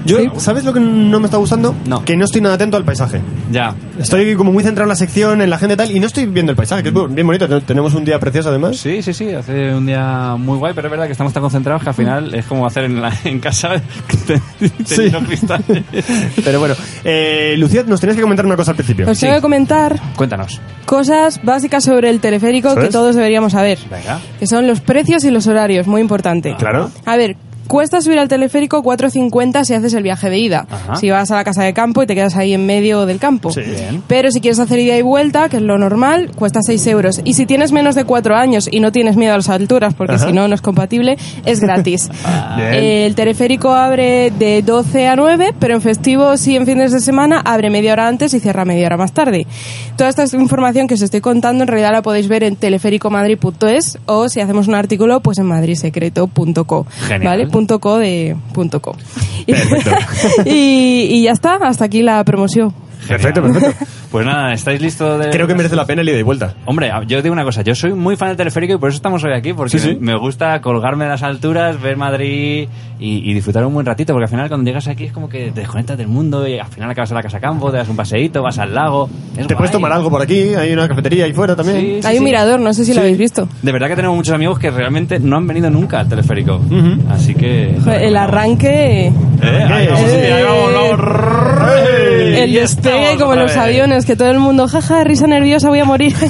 S4: Yo, ¿sabes lo que no me está gustando?
S1: No.
S4: Que no estoy nada atento al paisaje.
S1: Ya. Mm.
S4: Estoy como muy centrado en la sección, en la gente y tal, y no estoy viendo el paisaje, que es bu- bien bonito. Ten- Tenemos un día precioso además.
S1: Sí, sí, sí, hace un día muy guay, pero es verdad que estamos tan concentrados que al final es como hacer en, la- en casa teniendo cristales.
S4: Pero bueno, eh, Lucía, nos tenías que comentar una cosa al principio.
S5: Os Pues tengo que comentar
S1: Cuéntanos.
S5: cosas básicas sobre el teleférico
S4: ¿Sabes?
S5: que todos deberíamos saber.
S1: Venga.
S5: Que son los precios y los horarios, muy importante.
S4: Claro.
S5: A ver, cuesta subir al teleférico 4.50 si haces el viaje de ida.
S1: Ajá.
S5: Si vas a la casa de campo y te quedas ahí en medio del campo.
S4: Sí.
S1: Bien.
S5: Pero si quieres hacer ida y vuelta, que es lo normal, cuesta 6 euros. Y si tienes menos de 4 años y no tienes miedo a las alturas, porque
S4: Ajá.
S5: si no, no es compatible, es gratis.
S4: Bien.
S7: Eh,
S5: El teleférico abre de 12 a 9, pero en festivos y en fines de semana abre media hora antes y cierra media hora más tarde. Toda esta información que os estoy contando en realidad la podéis ver en teleféricomadrid.es o si hacemos un artículo, pues en madridsecreto.co.
S1: Genial.
S5: ¿Vale? punto co de punto co. Y-
S1: Perfecto.
S5: y, y ya está, hasta aquí la promoción.
S4: Perfecto, perfecto.
S1: Pues nada, ¿estáis listos? De...
S4: Creo que merece la pena el ida y vuelta.
S1: Hombre, a- yo digo una cosa, yo soy muy fan del teleférico y por eso estamos hoy aquí, porque
S4: Sí, sí.
S1: me me gusta colgarme de las alturas, ver Madrid y, y disfrutar un buen ratito, porque al final cuando llegas aquí es como que te desconectas del mundo y al final acabas en la casa campo, te das un paseíto, vas al lago. es
S4: Te
S1: guay.
S4: puedes tomar algo por aquí, hay una cafetería ahí fuera también.
S1: Sí, sí,
S5: Hay un
S1: sí.
S5: mirador, no sé si lo habéis visto.
S1: De verdad que tenemos muchos amigos que realmente no han venido nunca al teleférico. Así que...
S5: Joder, El arranque,
S1: Eh, ahí vamos,
S5: Eh.
S1: sí, ahí vamos, vamos. Rey.
S5: el
S1: Y
S5: despegue,
S1: estamos
S5: como
S1: otra
S5: los
S1: vez.
S5: aviones, que todo el mundo, jaja, risa nerviosa, voy a morir.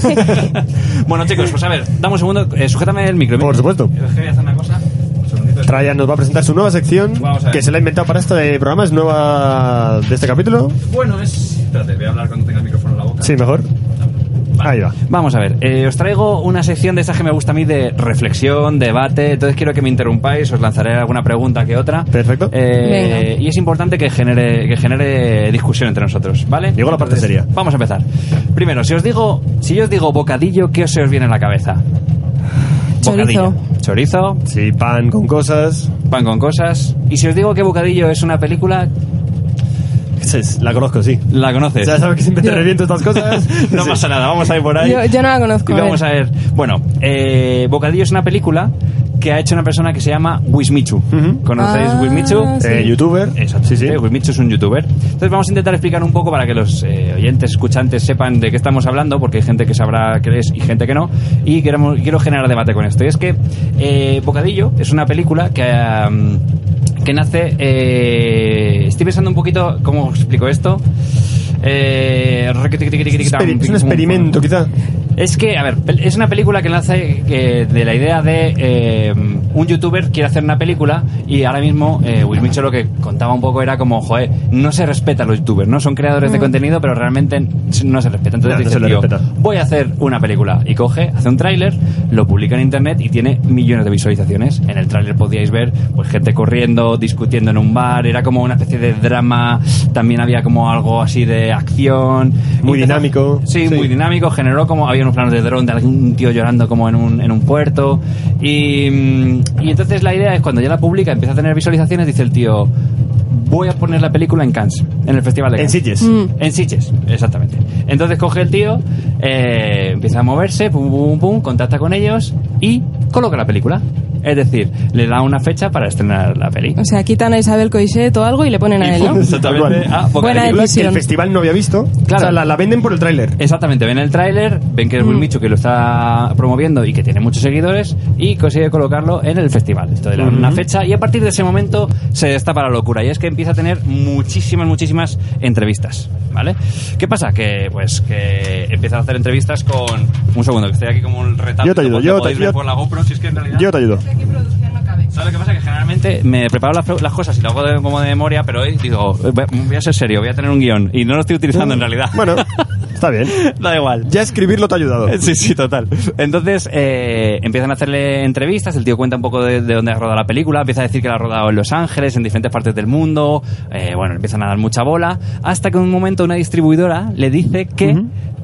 S1: Bueno, chicos, pues a ver, dame un segundo, eh, sujétame el micro.
S4: Por supuesto.
S1: Es que voy a hacer una cosa. Un segundito.
S4: Trajan nos va a presentar su nueva sección
S1: Vamos a ver.
S4: que se la ha inventado para este programa, es nueva de este capítulo.
S1: Bueno, es... Espérate, voy a hablar cuando tenga el micrófono en la boca.
S4: Sí, mejor. Ahí va.
S1: Vamos a ver, eh, os traigo una sección de esas que me gusta a mí de reflexión, debate, entonces quiero que me interrumpáis, os lanzaré alguna pregunta que otra.
S4: Perfecto.
S1: Eh, y es importante que genere, que genere discusión entre nosotros, ¿vale?
S4: Llegó la parte
S1: Entonces,
S4: seria.
S1: Vamos a empezar. Primero, si os digo, si yo os digo bocadillo, ¿qué se os viene a la cabeza?
S5: Chorizo.
S1: Bocadillo. Chorizo,
S4: Sí, pan con cosas.
S1: pan con cosas. Y si os digo que bocadillo es una película,
S4: Esa es- La conozco, sí.
S1: la conoces.
S4: Ya sabes que siempre te reviento estas cosas.
S1: no
S4: Sí.
S1: pasa nada, vamos a ir por ahí.
S5: Yo- yo no la conozco,
S1: Y
S5: a ver.
S1: vamos a ver. Bueno, eh, Bocadillo es una película que ha hecho una persona que se llama Wismichu.
S4: Ujú.
S1: ¿Conocéis
S5: Ah,
S1: Wismichu?
S5: sí.
S4: Eh, youtuber.
S1: Exacto. Eh,
S4: Sí, sí.
S1: Wismichu es un youtuber. Entonces vamos a intentar explicar un poco para que los eh, oyentes, escuchantes sepan de qué estamos hablando, porque hay gente que sabrá qué es y gente que no. Y queremos, quiero generar debate con esto. Y es que eh, Bocadillo es una película que... ah, que nace... eh, estoy pensando un poquito cómo os explico esto. Eh,
S4: Exper- Es un experimento, quizá.
S1: es que, a ver, pel- es una película que nace eh, de la idea de eh, un youtuber quiere hacer una película y ahora mismo eh, Will Mitchell lo que contaba un poco era como, joder, no se respeta a los youtubers, ¿no? Son creadores de contenido, pero realmente no se respeta. Entonces
S4: Mm. No, no
S1: dice,
S4: se le
S1: tío,
S4: respeta.
S1: voy a hacer una película. Y coge, hace un tráiler, lo publica en internet y tiene millones de visualizaciones. En el tráiler podíais ver pues gente corriendo, discutiendo en un bar, era como una especie de drama, también había como algo así de acción.
S4: Muy
S1: Y empezó-
S4: dinámico.
S1: Sí,
S4: Sí.
S1: muy dinámico, generó como había unos planos de dron de algún tío llorando como en un, en un puerto y, mm, y entonces la idea es cuando ya la publica, empieza a tener visualizaciones, dice el tío, voy a poner la película en Cannes, en el festival de
S4: En
S1: Cannes.
S4: Sitges.
S1: En Sitges, exactamente. Entonces coge el tío, eh, empieza a moverse, pum, pum, pum, contacta con ellos y coloca la película. Es decir, le da una fecha para estrenar la peli.
S5: o sea, quitan a Isabel Coixet o algo y le ponen a él, ¿no?
S1: Exactamente. Ah, porque
S5: Buena
S1: la película-
S4: Película que el
S5: decisión.
S4: festival no había visto.
S1: Claro.
S4: O sea, la, la venden por el tráiler.
S1: Exactamente, ven el tráiler, ven que es
S5: Mm.
S1: Will Mitchell que lo está promoviendo y que tiene muchos seguidores y consigue colocarlo en el festival. Esto de la- una fecha y a partir de ese momento se destapa la locura y es que empieza a tener muchísimas, muchísimas entrevistas, ¿vale? ¿Qué pasa? Que pues que empieza a hacer entrevistas con... Un segundo, que estoy aquí como un retablo.
S4: Yo te ayudo,
S1: como
S4: yo te-
S1: podéis ver
S4: yo-
S1: por la GoPro, si es que en realidad...
S4: Yo te ayudo.
S1: ¿Sabes lo que pasa? Que generalmente me preparo las, pre- las cosas y lo hago de- como de memoria, pero hoy digo, voy a- voy a ser serio, voy a tener un guión y no lo estoy utilizando en realidad.
S4: Mm. Bueno, está bien.
S1: da igual.
S4: Ya escribirlo te ha ayudado.
S1: Sí, sí, total. Entonces eh, empiezan a hacerle entrevistas, el tío cuenta un poco de, de dónde ha rodado la película, empieza a decir que la ha rodado en Los Ángeles, en diferentes partes del mundo, eh, bueno, empiezan a dar mucha bola, hasta que en un momento una distribuidora le dice que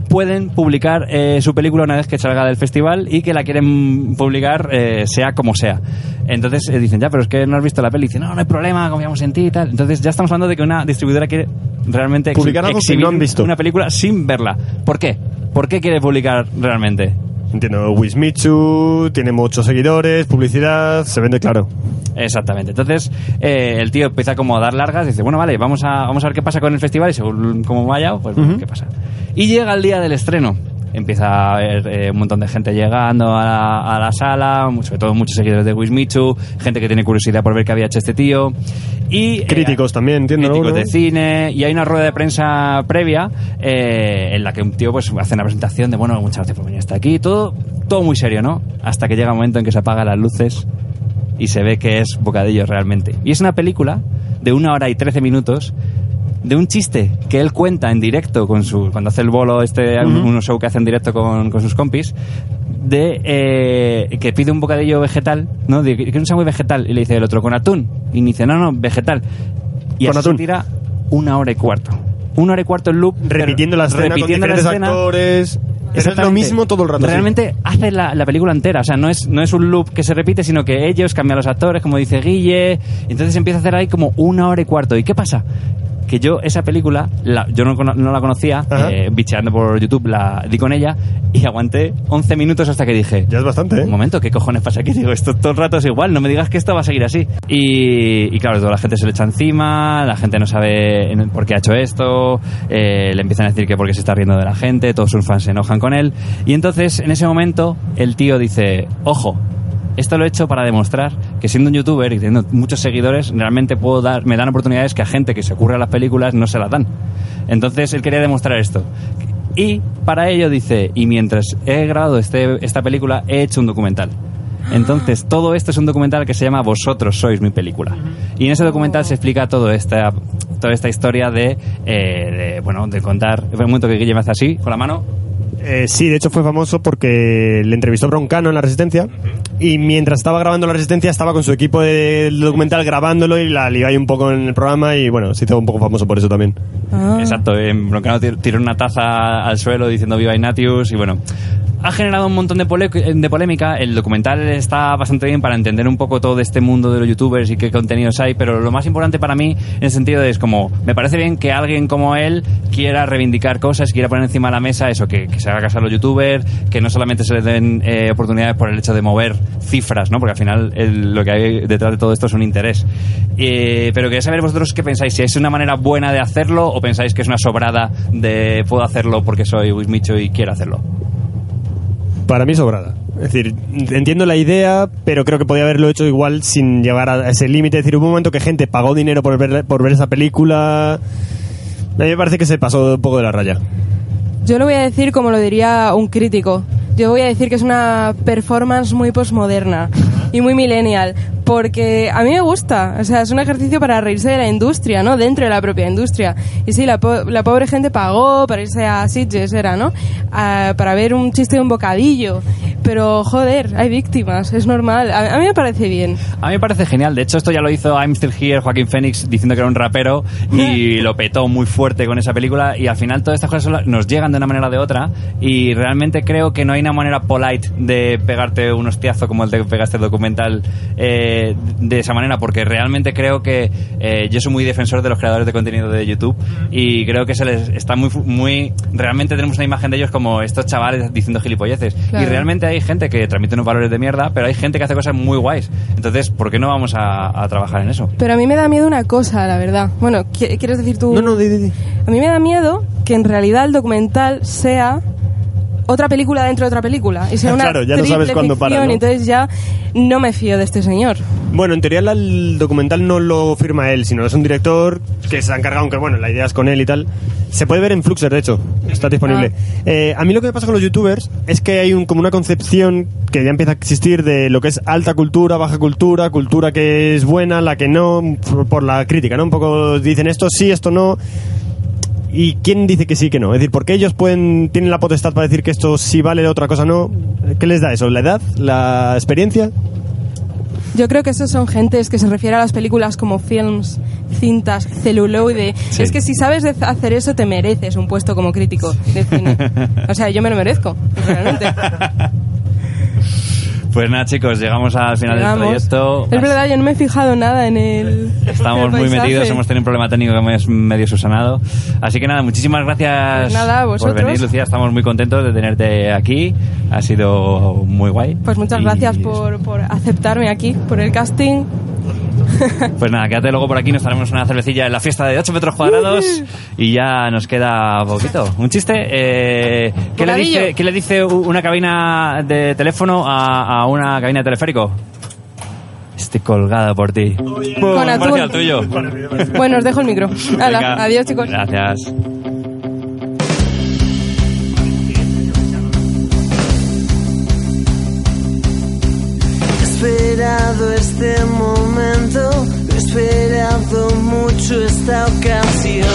S1: pueden publicar eh, su película una vez que salga del festival y que la quieren publicar eh, sea como sea. Entonces eh, dicen, ya, pero es que no has visto la peli, dice, no, no hay problema, confiamos en ti y tal. Entonces ya estamos hablando de que una distribuidora quiere realmente exhi-
S4: Publicar algo que
S1: exhibir
S4: no han visto.
S1: una película sin verla. ¿Por qué? ¿Por qué quiere publicar realmente?
S4: Entiendo, Wismichu tiene muchos seguidores, publicidad, se vende claro.
S1: Exactamente. Entonces, eh, el tío empieza como a dar largas, dice, bueno, vale, vamos a, vamos a ver qué pasa con el festival y según cómo vaya, pues bueno, qué pasa. Y llega el día del estreno. Empieza a haber eh, un montón de gente llegando a la, a la sala, sobre todo muchos seguidores de Wismichu, gente que tiene curiosidad por ver qué había hecho este tío. Y, eh,
S4: Críticos también, entiendo, ¿no?
S1: Críticos
S4: Uno.
S1: de cine. Y hay una rueda de prensa previa eh, en la que un tío pues hace una presentación de, bueno, muchas gracias por venir hasta aquí. Todo, todo muy serio, ¿no? Hasta que llega un momento en que se apagan las luces y se ve que es Bocadillo realmente. Y es una película de una hora y trece minutos de un chiste que él cuenta en directo con su cuando hace el bolo este un show que hace en directo con, con sus compis de eh, que pide un bocadillo vegetal no de, que es un sándwich vegetal y le dice el otro con atún y dice no no vegetal y
S4: Con
S1: así se
S4: atún.
S1: tira una hora y cuarto una hora y cuarto en loop pero-
S4: Repitiendo la escena con
S1: repitiendo la
S4: diferentes
S1: escena,
S4: actores. Es lo
S1: Exactamente.
S4: mismo todo el rato. sí.
S1: Realmente hace la, la película entera, o sea, no es, no es un loop que se repite, sino que ellos cambian los actores, como dice Guille, y entonces empieza a hacer ahí como una hora y cuarto. ¿Y qué pasa? Que yo esa película, la- yo no, cono- no la conocía,
S4: Ajá.
S1: eh, bicheando por YouTube, la di con ella y aguanté 11 minutos hasta que dije,
S4: Ya es bastante,
S1: un
S4: ¿eh?
S1: momento, ¿qué cojones pasa aquí? Digo, esto todo el rato es igual, no me digas que esto va a seguir así. Y, y claro, toda la gente se le echa encima, la gente no sabe en- por qué ha hecho esto, eh, le empiezan a decir que porque se está riendo de la gente, todos sus fans se enojan con él. Y entonces, en ese momento, el tío dice, ojo, esto lo he hecho para demostrar que siendo un youtuber y teniendo muchos seguidores, realmente puedo dar, me dan oportunidades que a gente que se ocurre a las películas no se las dan. Entonces él quería demostrar esto. Y para ello dice, y mientras he grabado este, esta película, he hecho un documental. Entonces, todo esto es un documental que se llama Vosotros sois mi película. Y en ese documental se explica todo esta, toda esta historia de, eh, de, bueno, de contar... Espera Un momento que Guille me hace así, con la mano.
S4: Eh, sí, de hecho fue famoso porque le entrevistó Broncano en La Resistencia y mientras estaba grabando La Resistencia estaba con su equipo de documental grabándolo y la lió ahí un poco en el programa y bueno, se hizo un poco famoso por eso también.
S5: Ah.
S1: Exacto, en Broncano tir- tiró una taza al suelo diciendo viva Ignatius y bueno. Ha generado un montón de, pole- de polémica. El documental está bastante bien para entender un poco todo este mundo de los youtubers y qué contenidos hay, pero lo más importante para mí en el sentido de es como, me parece bien que alguien como él quiera reivindicar cosas, quiera poner encima de la mesa eso, que, que se haga caso a los youtubers, que no solamente se les den eh, oportunidades por el hecho de mover cifras, ¿no? Porque al final el- lo que hay detrás de todo esto es un interés. Eh, pero quería saber vosotros qué pensáis, si es una manera buena de hacerlo o pensáis que es una sobrada de puedo hacerlo porque soy Wismicho y quiero hacerlo.
S4: Para mí sobrada. Es decir, entiendo la idea, pero creo que podía haberlo hecho igual sin llegar a ese límite. Es decir, hubo un momento que gente pagó dinero por ver, por ver esa película. A mí me parece que se pasó un poco de la raya.
S5: Yo lo voy a decir como lo diría un crítico. Yo voy a decir que es una performance muy postmoderna y muy millennial, porque a mí me gusta. O sea, es un ejercicio para reírse de la industria, ¿no? Dentro de la propia industria. Y sí, la, po- la pobre gente pagó para irse a Sitges, era, ¿no? Ah, para ver un chiste de un bocadillo. Pero, joder, hay víctimas, es normal. A, a mí me parece bien.
S1: A mí me parece genial. De hecho, esto ya lo hizo I'm Still Here, Joaquín Phoenix, diciendo que era un rapero y lo petó muy fuerte con esa película. Y al final, todas estas cosas son la- nos llegan de una manera o de otra. Y realmente creo que no hay una manera polite de pegarte un hostiazo como el de que pegaste el documental eh, de esa manera, porque realmente creo que eh, yo soy muy defensor de los creadores de contenido de YouTube y creo que se les está muy. fu- muy realmente tenemos una imagen de ellos como estos chavales diciendo gilipolleces.
S5: Claro.
S1: Y realmente realmente hay gente que transmite unos valores de mierda, pero hay gente que hace cosas muy guays. Entonces, ¿por qué no vamos a, a trabajar en eso?
S5: Pero a mí me da miedo una cosa, la verdad. Bueno, ¿qui- ¿quieres decir tú?
S4: No, no, di, di, di.
S5: A mí me da miedo que en realidad el documental sea otra película dentro de otra película y sea una
S4: Claro, ya no
S5: triple
S4: sabes cuándo
S5: ficción,
S4: para, ¿no?
S5: y entonces ya no me fío de este señor.
S4: Bueno, en teoría la- el documental no lo firma él, sino es un director que se ha encargado, aunque bueno, la idea es con él y tal. Se puede ver en Fluxer, de hecho, está disponible. Eh, a mí lo que me pasa con los youtubers es que hay un, como una concepción que ya empieza a existir de lo que es alta cultura, baja cultura, cultura que es buena, la que no, por- por la crítica, ¿no? Un poco dicen esto sí, esto no. ¿Y quién dice que sí, que no? Es decir, ¿por qué ellos pueden, tienen la potestad para decir que esto sí vale, otra cosa no? ¿Qué les da eso? ¿La edad? ¿La experiencia?
S5: Yo creo que esos son gentes que se refiere a las películas como films, cintas, celuloide.
S1: Sí.
S5: Es que si sabes de- hacer eso te mereces un puesto como crítico de cine. O sea, yo me lo merezco, realmente.
S1: Pues nada, chicos, llegamos al final
S5: Digamos.
S1: del proyecto.
S5: Es verdad, yo no me he fijado nada en el
S1: Estamos
S5: el
S1: muy
S5: paisaje.
S1: metidos, hemos tenido un problema técnico que hemos medio susanado. Así que nada, muchísimas gracias
S5: Pues nada, a
S1: por
S5: vosotros.
S1: venir, Lucía. Estamos muy contentos de tenerte aquí. Ha sido muy guay.
S5: Pues muchas
S1: Y-
S5: gracias por, por aceptarme aquí, por el casting.
S1: Pues nada, quédate luego por aquí, nos haremos una cervecilla en la fiesta de 8 metros cuadrados y ya nos queda poquito. Un chiste. Eh, ¿qué, le
S5: Bocadillo.
S1: dice, qué le dice u- una cabina de teléfono a, a una cabina de teleférico? Estoy colgada por ti.
S5: Con atún.
S1: Parecido al tuyo.
S5: Bueno, os dejo el micro. Hala,
S1: Venga.
S5: adiós, chicos.
S1: Gracias.
S3: He esperado este momento, he esperado mucho esta ocasión.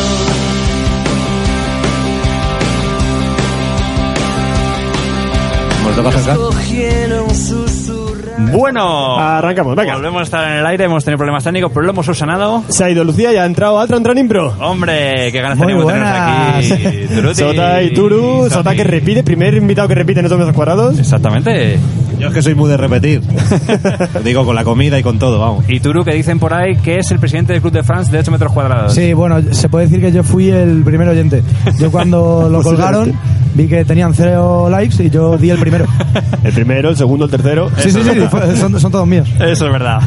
S6: Nos lo vas a sacar.
S1: Pues
S3: Cogieron susurrar.
S1: Bueno,
S4: Arrancamos, venga.
S1: volvemos a estar en el aire, hemos tenido problemas técnicos, pero lo hemos subsanado.
S4: Se ha ido Lucía y ha entrado Altran Tran Impro.
S1: Hombre, qué ganas
S6: Muy
S1: tenemos de teneros aquí.
S6: buenas.
S1: Turuti.
S4: Sota y Turu, Sota
S1: Soti.
S4: que repite, primer invitado que repite en estos meses cuadrados.
S1: Exactamente.
S6: Yo es que soy muy de repetir. Digo, con la comida y con todo, vamos.
S1: Y Turu, que dicen por ahí que es el presidente del Club de France de 8 metros cuadrados.
S8: Sí, bueno, se puede decir que yo fui el primer oyente. Yo cuando lo colgaron vi que tenían cero likes y yo di el primero.
S4: El primero, el segundo, el tercero.
S8: Sí, sí, sí, fue- son, son todos míos.
S1: Eso es verdad.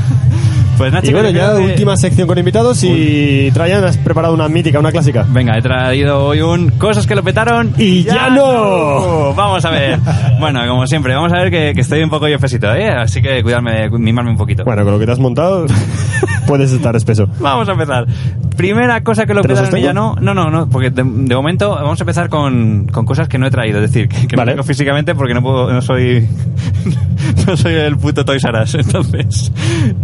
S1: Pues nada,
S4: Y bueno,
S1: chicos,
S4: ya
S1: creo que-
S4: última sección con invitados y Trajan has preparado una mítica, una clásica.
S1: Venga, eh, he traído hoy un Cosas que lo petaron
S4: Y ya no.
S1: Vamos a ver. Bueno, como siempre, vamos a ver que, que estoy un poco yo pesito, ¿eh? Así que cuidarme, cu- mimarme un poquito.
S4: Bueno, con lo que te has montado puedes estar espeso.
S1: Vamos a empezar. Primera cosa que lo
S4: ¿Te lo
S1: petaron y
S4: sostengo?
S1: ya no. No, no, no, porque de, de momento vamos a empezar con, con cosas que no he traído. Es decir, que, que
S4: Vale.
S1: no tengo físicamente porque no puedo, no soy. no soy el puto Toys R Us. Entonces,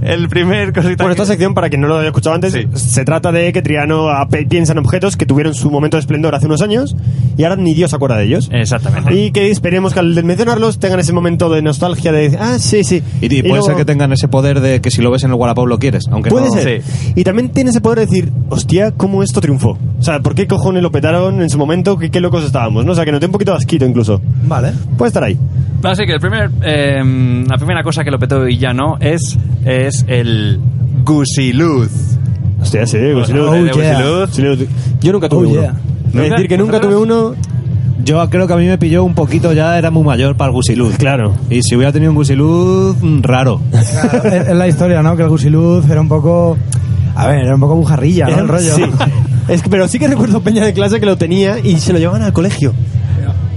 S1: el primer cosita.
S4: Bueno,
S1: que-
S4: esta sección, para quien no lo haya escuchado antes,
S1: Sí.
S4: se trata de que Triano ah, pe- piensa en objetos que tuvieron su momento de esplendor hace unos años y ahora ni Dios se acuerda de ellos.
S1: Exactamente.
S4: Y que esperemos que al mencionarlos tengan ese momento de nostalgia de, ah, sí, sí.
S6: Y, puede
S4: luego-
S6: ser que tengan ese poder de que si lo ves en el Wallapop lo quieres, aunque
S4: Puede
S6: no...
S4: ser. Y también tiene ese poder de decir, hostia, ¿cómo esto triunfó? O sea, ¿por qué cojones lo petaron en su momento? ¿Qué, qué locos estábamos? ¿no? O sea, que noté un poquito de asquito incluso.
S8: Vale.
S4: Puede estar ahí.
S1: Así que el primer, eh, la primera cosa que lo petó y ya no es, es el Gusiluz.
S4: Hostia, sí, Gusiluz.
S1: Oh,
S8: yeah.
S4: Gusiluz. Yo nunca tuve
S8: Oh,
S4: uno.
S8: yeah.
S4: Es
S1: ¿Nunca?
S4: decir, que nunca tuve
S1: ¿Vosotros?
S4: uno,
S6: Yo creo que a mí me pilló un poquito ya, era muy mayor para el Gusiluz.
S4: claro.
S6: Y si hubiera tenido un Gusiluz, mm, raro.
S8: Es, es la historia, ¿no? Que el Gusiluz era un poco. A ver, era un poco bujarrilla, ¿no?
S4: Era
S8: El rollo.
S4: Sí. Es que, pero sí que recuerdo Peña de clase que lo tenía y se lo llevaban al colegio.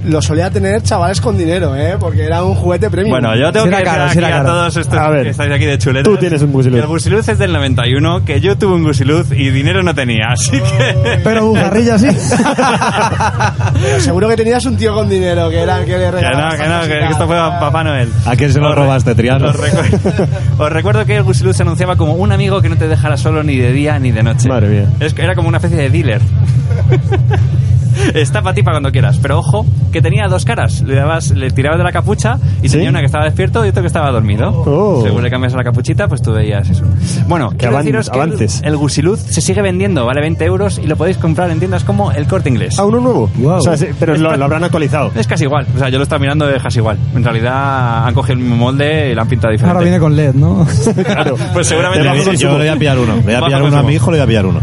S2: Lo solía tener chavales con dinero, ¿eh? Porque era un juguete premium.
S1: Bueno, yo tengo
S8: Sí era
S1: que decir
S8: caro, sí
S1: aquí
S8: era
S1: a
S8: caro.
S1: todos estos
S4: A ver,
S1: que estáis aquí de chuletas.
S4: tú tienes un Gusiluz.
S1: que El Gusiluz es del 91, que yo tuve un Gusiluz y dinero no tenía, así
S4: Oh.
S1: que...
S8: Pero bujarrilla sí.
S2: Pero seguro que tenías un tío con dinero que era el que le
S1: Que no,
S2: regalaba.
S1: que no, que esto fue a Papá Noel.
S6: ¿A quién se lo
S1: Os re-
S6: robaste, Triano?
S1: Os recuerdo, os recuerdo que el Gusiluz se anunciaba como un amigo que no te dejara solo ni de día ni de noche.
S4: Madre mía.
S1: Es que era como una especie de dealer. Está para ti para cuando quieras, pero ojo, que tenía dos caras. Le dabas, le tirabas de la capucha y
S4: ¿Sí?
S1: tenía una que estaba despierto y otra que estaba dormido.
S4: Oh.
S1: Según le cambias la capuchita, pues tú veías eso. Bueno, quiero
S4: avan-
S1: deciros que el-
S4: avances.
S1: el, Gusiluz se sigue vendiendo, vale 20 euros y lo podéis comprar en tiendas como El Corte Inglés.
S4: A Ah, uno nuevo.
S8: Wow.
S4: O sea, sí, pero lo, lo habrán actualizado.
S1: Es casi igual, o sea, yo lo estaba mirando es casi igual. En realidad han cogido el mismo molde y lo han pintado diferente.
S8: Ahora viene con LED, ¿no?
S4: Claro.
S1: Pues seguramente
S4: Bajo
S6: Yo,
S4: consumo.
S6: yo le voy a pillar uno. Le voy a
S1: Bajo
S6: pillar uno a
S1: consumo.
S6: mi hijo, le voy a pillar uno.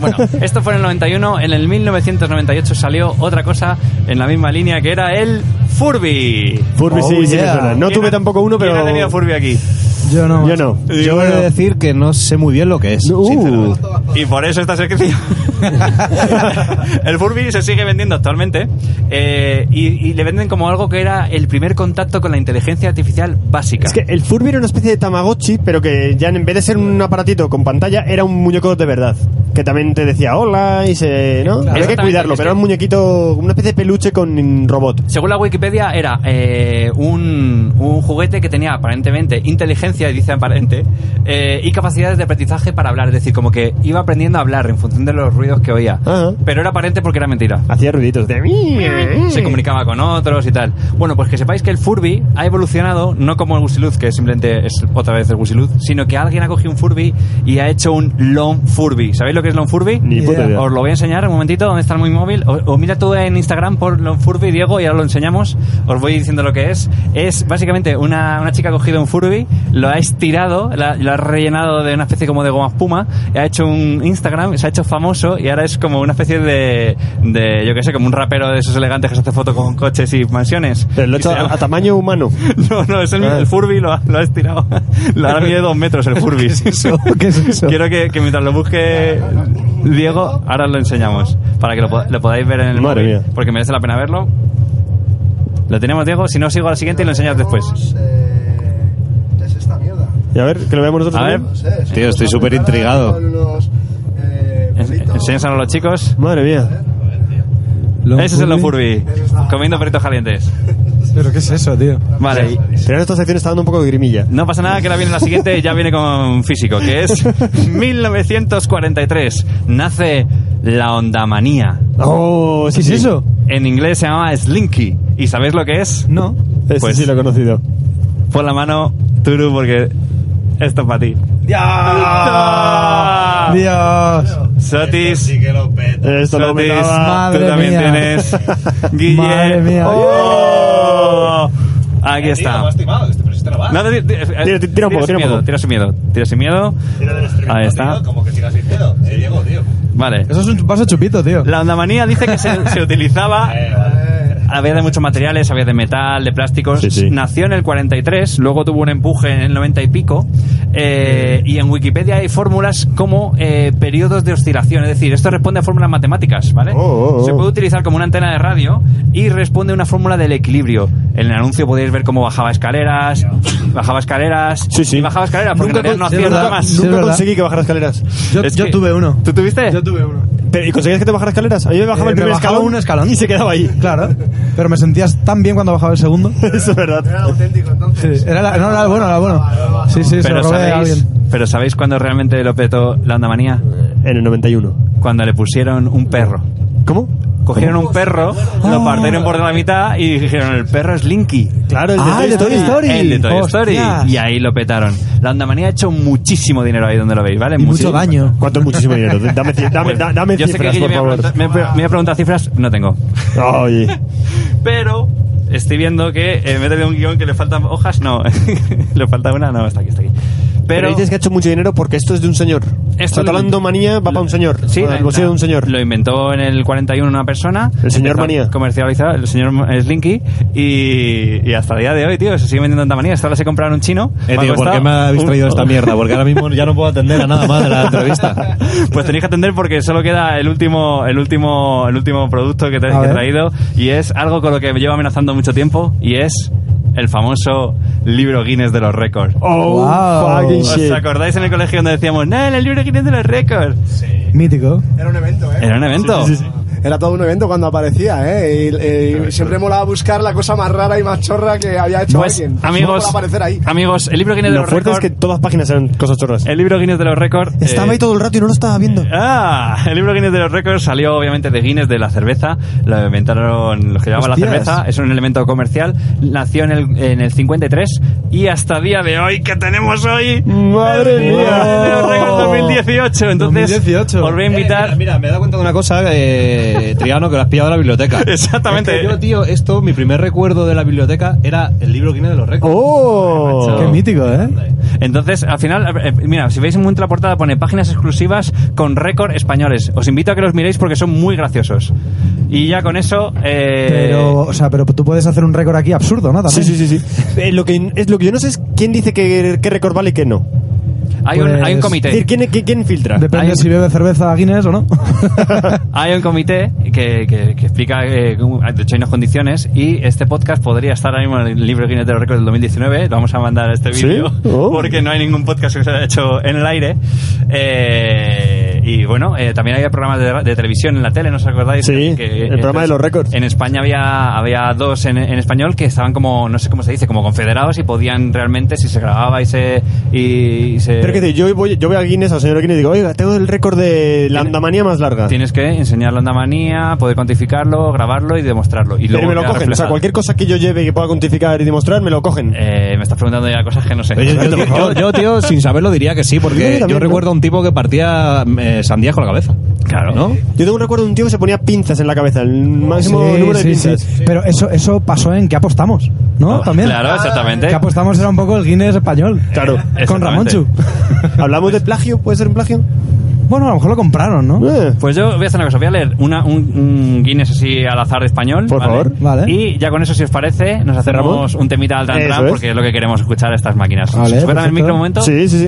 S1: Bueno, esto fue en el 91. En el 1998 salió otra cosa en la misma línea que era el Furby.
S4: Furby sí,
S8: Oh,
S4: sí me
S8: yeah.
S4: suena. No
S1: ¿Quién
S4: tuve
S1: ha-
S4: tampoco uno, pero.
S1: ¿Quién ha tenido Furby aquí?
S8: Yo no.
S4: Yo no.
S6: Yo he de decir que no sé muy bien lo que es.
S4: Uh.
S6: sinceramente.
S1: Y por eso esta sección. el Furby se sigue vendiendo actualmente eh, y, y le venden como algo que era el primer contacto con la inteligencia artificial básica.
S4: Es que el Furby era una especie de Tamagotchi, pero que ya en vez de ser un aparatito con pantalla, era un muñeco de verdad. Que también te decía hola y se. ¿no? Había que
S1: Exactamente,
S4: cuidarlo,
S1: es
S4: pero
S1: que-
S4: era un muñequito, una especie de peluche con robot.
S1: Según la Wikipedia, era eh, un, un juguete que tenía aparentemente inteligencia, y dice aparente, eh, y capacidades de aprendizaje para hablar. Es decir, como que iba aprendiendo a hablar en función de los ruidos que oía.
S4: Ajá.
S1: Pero era aparente porque era mentira.
S4: Ah. Hacía ruiditos de.
S1: Se comunicaba con otros y tal. Bueno, pues que sepáis que el Furby ha evolucionado, no como el Gusiluz, que simplemente es otra vez el Gusiluz, sino que alguien ha cogido un Furby y ha hecho un Long Furby. ¿Sabéis lo que es Long Furby?
S4: Ni
S8: Ni
S4: puta
S8: idea.
S4: idea.
S1: Os lo voy a enseñar un momentito, donde está mi móvil. O, o mira tú en Instagram por Lonfurby, Diego, y ahora lo enseñamos. Os voy diciendo lo que es. Es básicamente una, una chica ha cogido un Furby, lo ha estirado, la- lo ha rellenado de una especie como de goma espuma, y ha hecho un Instagram, se ha hecho famoso y ahora es como una especie de, de yo qué sé, como un rapero de esos elegantes que se hace fotos con coches y mansiones.
S4: Pero lo he
S1: Y se
S4: hecho a,
S1: llama-
S4: a tamaño humano.
S1: No, no, es el, el Furby, lo, ha- lo ha estirado. Lo- Ahora mide dos metros el
S8: ¿Qué
S1: Furby.
S8: es eso?
S1: Quiero que, que mientras lo busque Diego, ahora os lo enseñamos para que lo, pod- lo podáis ver en el
S4: Madre
S1: móvil,
S4: mía.
S1: porque merece la pena verlo. Lo tenemos, Diego. Si no, sigo a la siguiente y lo enseñas después.
S2: ¿Qué es esta mierda?
S4: Y a ver, que lo veamos nosotros.
S1: A ver.
S4: también.
S2: sé.
S6: Tío, estoy súper intrigado.
S1: En- Enséñaselo a los chicos.
S4: Madre mía.
S1: Ese es el Furby, comiendo perritos calientes.
S8: ¿Pero qué es eso, tío?
S1: Vale.
S4: Pero esta sección está dando un poco de grimilla.
S1: No pasa nada, que ahora viene la siguiente y ya viene con físico, que es 1943. Nace la ondamanía.
S4: Oh, sí, sí.
S8: ¿Es eso?
S1: En inglés se llama Slinky. ¿Y sabéis lo que es?
S8: No.
S4: Ese
S1: Pues-
S4: sí lo he conocido.
S1: Pon la mano Turu, porque esto es para ti.
S2: ¡Ya!
S8: Dios.
S1: Sotis.
S3: Sí que lo peta.
S4: Esto lo
S1: Sotis,
S4: miraba.
S8: Madre
S1: tú también
S8: mía.
S1: tienes. Guille.
S8: Madre mía.
S1: ¡Oh!
S3: Eh,
S1: Aquí está.
S3: estimado, este, pero si te lo vas.
S1: No, ti- ti-
S4: Tira- tira un poco,
S1: sin
S4: tira un
S1: miedo,
S4: poco.
S1: eh, Tira sin miedo. Tira sin miedo.
S3: Tira del estribillo,
S1: Ahí está.
S3: tío, Como que sigas sin miedo. Eh, Diego, tío.
S1: Vale.
S8: Eso es un vaso chupito, tío.
S1: La ondamanía dice que se, se utilizaba.
S4: Eh,
S1: Había de muchos materiales, había de metal, de plásticos.
S4: Sí, sí.
S1: Nació en el 43, luego tuvo un empuje en el 90 y pico. eh, y en Wikipedia hay fórmulas como eh, periodos de oscilación. Es decir, esto responde a fórmulas matemáticas, ¿vale?
S4: Oh, oh, oh.
S1: Se puede utilizar como una antena de radio y responde a una fórmula del equilibrio. En el anuncio podéis ver cómo bajaba escaleras, bajaba escalelas,
S4: Sí, sí.
S1: y bajaba escaleras, porque en realidad no
S8: con-
S1: hacía
S8: sí,
S1: nada
S8: nunca-
S1: más.
S8: Sí, es
S4: Nunca
S8: verdad.
S4: conseguí que bajara escaleras.
S8: Yo,
S1: Es
S8: yo
S1: que-
S8: tuve uno.
S1: ¿Tú tuviste?
S8: Yo tuve uno.
S4: Pero, ¿Y conseguías que te bajara escaleras? A mí me bajaba
S8: Eh,
S4: el primer
S8: me bajaba
S4: escalón,
S8: un escalón.
S4: y se quedaba ahí.
S8: Claro. Pero me sentías tan bien cuando bajaba el segundo.
S4: Eso es verdad.
S2: Era auténtico, entonces. Ah,
S8: Sí, Era la- no, era el bueno, era el bueno. Sí, sí, se
S1: Pero
S8: lo robé a
S1: sabéis,
S8: alguien.
S1: pero ¿sabéis cuándo realmente lo petó la ondamanía?
S4: Eh, En el 91.
S1: Cuando le pusieron un perro.
S4: ¿Cómo?
S1: Cogieron un perro, lo partieron por la mitad y dijeron, el perro es Linky.
S4: Claro, el de
S8: Ah,
S4: Toy
S8: el de Toy
S4: Story.
S8: Story.
S1: El de Toy Story.
S8: Hostias.
S1: Y ahí lo petaron. La ondamanía ha hecho muchísimo dinero ahí donde lo veis, ¿vale?
S8: Y mucho
S1: Muchísimo.
S8: daño.
S4: ¿Cuánto es muchísimo dinero? Dame, ci- dame,
S1: Pues,
S4: da- dame
S1: yo sé que
S4: cifras,
S1: Guille
S4: por
S1: me va a
S4: favor.
S1: preguntar- me, me voy a preguntar cifras, no tengo.
S4: Oye.
S1: Pero estoy viendo que eh, me he traído un guión que le faltan hojas, no. le falta una, no, está aquí, está aquí.
S4: Pero dices que ha hecho mucho dinero porque esto es de un señor.
S1: Esto
S4: Esto
S1: lo-
S4: hablando manía va para un señor.
S1: Sí,
S4: Para el
S1: la-
S4: bolsillo de un señor.
S1: Lo inventó en el 41 una persona.
S4: El señor
S1: empezó a
S4: Manía.
S1: Comercializar, el señor Slinky. Y, y hasta el día de hoy, tío, se sigue vendiendo en manía. Esta la se compraron en un chino.
S10: Eh, tío, ¿por
S1: costado
S10: qué me habéis
S1: un-
S10: traído esta mierda? Porque ahora mismo ya no puedo atender a nada más de la entrevista.
S1: Pues tenéis que atender porque solo queda el último, el último, el último producto que te
S8: A
S1: que he
S8: ver.
S1: traído y es algo con lo que me llevo amenazando mucho tiempo y es el famoso libro Guinness de los récords.
S4: Oh,
S8: Wow.
S4: fucking
S1: ¿Os
S4: shit.
S1: acordáis en el colegio donde decíamos, no, el libro Guinness de los récords?
S8: Mítico.
S2: Era un evento, ¿eh?
S1: Era un evento.
S2: Era todo un evento cuando aparecía, ¿eh? Y, y siempre molaba buscar la cosa más rara y más chorra que había hecho
S1: Pues,
S2: alguien. Solo
S1: amigos,
S2: por aparecer ahí.
S1: amigos, el libro Guinness de
S4: Lo
S1: los
S4: fuerte es
S1: récords.
S4: que todas las páginas eran cosas chorras.
S1: El libro Guinness de los récords.
S4: Estaba
S1: eh,
S4: ahí todo el rato y no lo estaba viendo.
S1: Ah, el libro Guinness de los récords salió obviamente de Guinness de la cerveza, lo inventaron los que llevaban la
S8: Hostias.
S1: cerveza, es un elemento comercial, nació en el, en el 53 y hasta día de hoy que tenemos hoy
S4: Madre
S1: el libro
S4: mía.
S1: Guinness de los récords 2018, entonces
S8: 2018.
S1: os voy a invitar
S10: Eh, mira, mira, me he dado cuenta de una cosa, eh, Triano, que lo has pillado de la biblioteca.
S1: Exactamente.
S10: Es que yo, tío, esto, mi primer recuerdo de la biblioteca era el libro Guinness de los Récords.
S4: ¡Oh!
S8: Qué mítico, ¿eh?
S1: Entonces, al final, eh, mira, si veis en la portada pone páginas exclusivas con récord españoles. Os invito a que los miréis porque son muy graciosos. Y ya con eso, eh,
S8: Pero, o sea, pero tú puedes hacer un récord aquí absurdo, ¿no?
S4: Sí,
S8: También.
S4: sí, sí. sí. Eh, lo, que, es, lo que yo no sé es quién dice qué qué récord vale y qué no.
S1: hay, un, hay un
S8: pues,
S1: comité.
S4: Es decir, ¿quién, quién, quién filtra?
S8: Depende
S1: Ahí-
S8: si bebe cerveza Guinness o no.
S1: Hay un comité que, que- que explica, eh, cómo- de hecho, hay unas condiciones y este podcast podría estar ahora mismo en el libro Guinness de los Récords del 2019. Lo vamos a mandar a este
S4: ¿Sí?
S1: vídeo
S4: Oh.
S1: porque no hay ningún podcast que se haya hecho en el aire. Eh, y bueno, eh, también había programas de, de televisión en la tele, ¿no os acordáis?
S4: Sí, el programa de los récords.
S1: En España había, había dos en, en español que estaban como, no sé cómo se dice, como confederados y podían realmente, si se grababa y se... Y, y se
S4: Pero que te- yo voy, yo voy a Guinness, al señor Guinness, y digo, oiga, tengo el récord de la andamanía más
S10: Ah.
S4: larga.
S1: Tienes que enseñar la andamanía, poder cuantificarlo, grabarlo y demostrarlo. Y
S4: Pero
S1: luego
S4: me lo
S1: queda
S4: cogen. O sea,
S1: reflejado.
S4: cualquier cosa que yo lleve y que pueda cuantificar y demostrar, me lo cogen.
S1: Eh, me estás preguntando ya cosas que no sé.
S10: Oye, yo, yo- yo, tío, sin saberlo diría que sí,
S4: Yo
S10: porque yo,
S4: también, ¿no?
S10: recuerdo a un tipo que partía eh, sandías con la cabeza.
S1: Claro.
S10: ¿No?
S4: Yo tengo un recuerdo de un tío que se ponía pinzas en la cabeza, el máximo
S8: Sí,
S4: número de
S8: sí,
S4: pinzas.
S8: sí. Pero eso, eso pasó en que apostamos, ¿no? También. Ah,
S1: Claro, exactamente.
S8: Que apostamos era un poco el Guinness español.
S4: Claro.
S8: Con
S1: Exactamente.
S8: Ramonchu.
S4: ¿Hablamos de plagio? ¿Puede ser un plagio?
S8: Bueno, a lo mejor lo compraron, ¿no?
S4: Eh.
S1: Pues yo voy a hacer una cosa, voy a leer una, un, un Guinness así al azar de español.
S4: Por favor.
S8: Vale.
S1: Y ya con eso, si os parece, nos hacemos
S4: ¿Cerramos?
S1: un temita al
S4: Eso
S1: tantran
S4: es.
S1: porque es lo que queremos escuchar a estas máquinas.
S8: Vale,
S1: ¿Se sueltan el
S8: perfecto.
S1: micro un momento?
S4: Sí, sí, sí.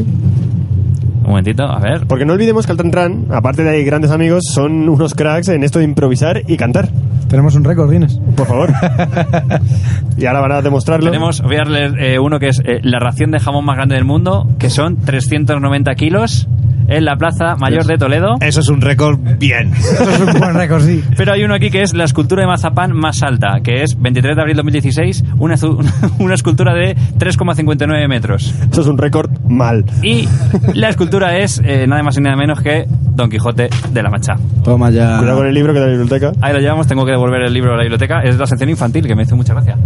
S1: Un momentito, a ver.
S4: Porque no olvidemos que Altan Tran, aparte de grandes amigos, son unos cracks en esto de improvisar y cantar.
S8: Tenemos un récord Guinness.
S4: Por favor. y ahora van a demostrarlo.
S1: Tenemos, voy a leer eh, uno que es eh, la ración de jamón más grande del mundo, que son 390 kilos en la Plaza Mayor de Toledo.
S11: Eso es un récord bien.
S8: Eso es un buen récord, sí.
S1: Pero hay uno aquí que es la escultura de mazapán más alta, que es 23 de abril 2016, una, azu- una escultura de 3,59 metros.
S4: Eso es un récord mal.
S1: Y la escultura es eh, nada más y nada menos que Don Quijote de la Mancha.
S8: Toma ya.
S4: Cuidado con el libro que da la biblioteca.
S1: Ahí lo llevamos, tengo que devolver el libro a la biblioteca. Es la sección infantil, que me hizo mucha gracia.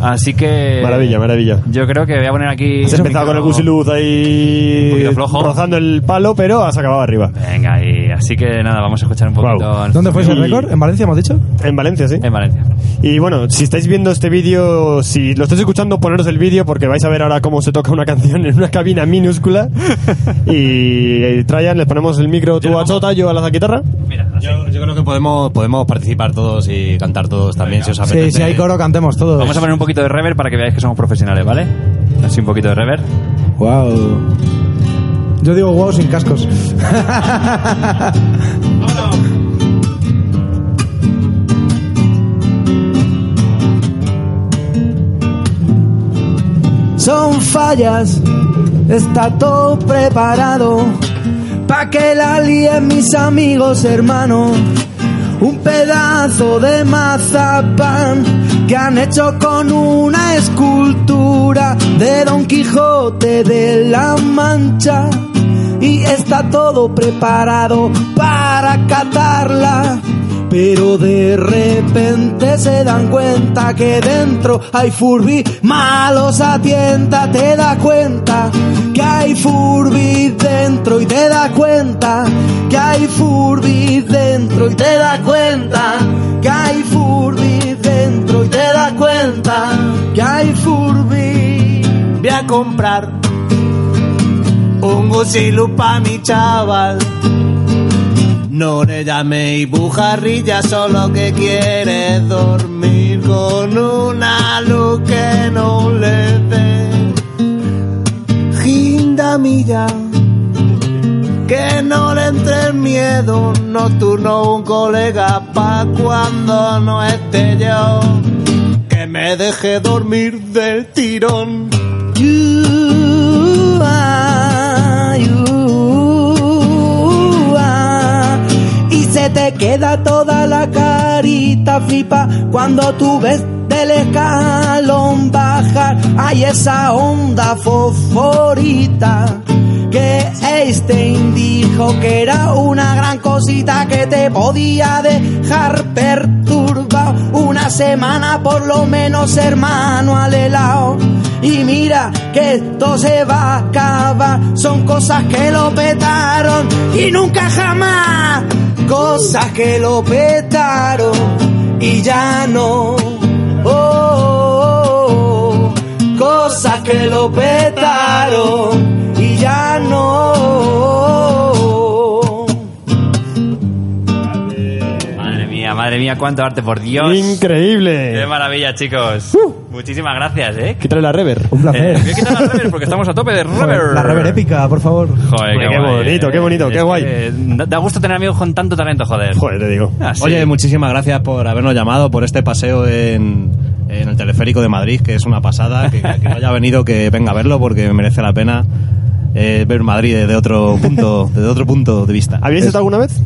S1: Así que...
S4: Maravilla, maravilla.
S1: Yo creo que voy a poner aquí...
S4: Has empezado con el gusiluz
S1: Un
S4: ahí
S1: poquito flojo.
S4: rozando el palo, pero has acabado arriba.
S1: Venga, y así que nada, vamos a escuchar un poquito... a nuestro
S8: ¿Dónde fue ese
S1: amigo
S8: récord? ¿En Valencia hemos dicho?
S4: En Valencia, sí.
S1: En Valencia.
S4: Y bueno, si estáis viendo este vídeo, si lo estáis escuchando, poneros el vídeo porque vais a ver ahora cómo se toca una canción en una cabina minúscula. y eh, Traian, les ponemos el micro tú a Chota, yo a la guitarra.
S11: Yo, yo creo que podemos, podemos participar todos y cantar todos también, si os apetece.
S8: Sí, si hay coro, cantemos todos.
S1: Vamos a poner un poquito de reverb para que veáis que somos profesionales, ¿vale? Así un poquito de reverb.
S8: Wow. Yo digo wow sin cascos.
S12: son fallas. Está todo preparado pa que la líen mis amigos, hermanos. Un pedazo de mazapán que han hecho con una escultura de Don Quijote de la Mancha. Y está todo preparado para catarla. Pero de repente se dan cuenta que dentro hay furbi malos a tienta. Te da cuenta que hay furbi dentro y te da cuenta que hay furbi dentro y te da cuenta que hay furbi dentro y te da cuenta que hay furbi. Voy a comprar un gusilú pa' mi chaval. No le llaméis bujarrilla, solo que quiere dormir con una luz que no le dé. Gindamilla, que no le entre el miedo un nocturno, un colega pa' cuando no esté yo. Que me deje dormir del tirón. You are, you are. Y se te queda toda la carita flipa cuando tú ves del escalón bajar. Hay esa onda fosforita que Einstein dijo que era una gran cosita que te podía dejar perturbado una semana por lo menos hermano al helado y mira que esto se va a acabar son cosas que lo petaron y nunca jamás cosas que lo petaron y ya no Oh, oh, oh, oh. cosas que lo petaron y ya no
S1: Madre mía, madre mía, cuánto arte, por Dios.
S4: Increíble. Uh.
S1: Qué maravilla, chicos. Muchísimas gracias, ¿eh?
S4: Quítale la rever.
S8: Un placer.
S1: Eh, voy a quitar la rever porque estamos a tope de rever.
S8: La rever épica, por favor.
S1: Joder,
S4: Hombre, qué
S1: guay,
S4: bonito,
S1: eh.
S4: qué bonito, qué
S1: Es
S4: guay.
S1: que Da da gusto tener amigos con tanto talento, joder.
S4: Joder, te digo.
S1: Ah, sí.
S11: Oye, muchísimas gracias por habernos llamado, por este paseo en, en el teleférico de Madrid, que es una pasada. Que, que no haya venido, que venga a verlo, porque merece la pena eh, ver Madrid desde otro punto, desde otro punto de vista.
S4: ¿Habíais estado alguna vez?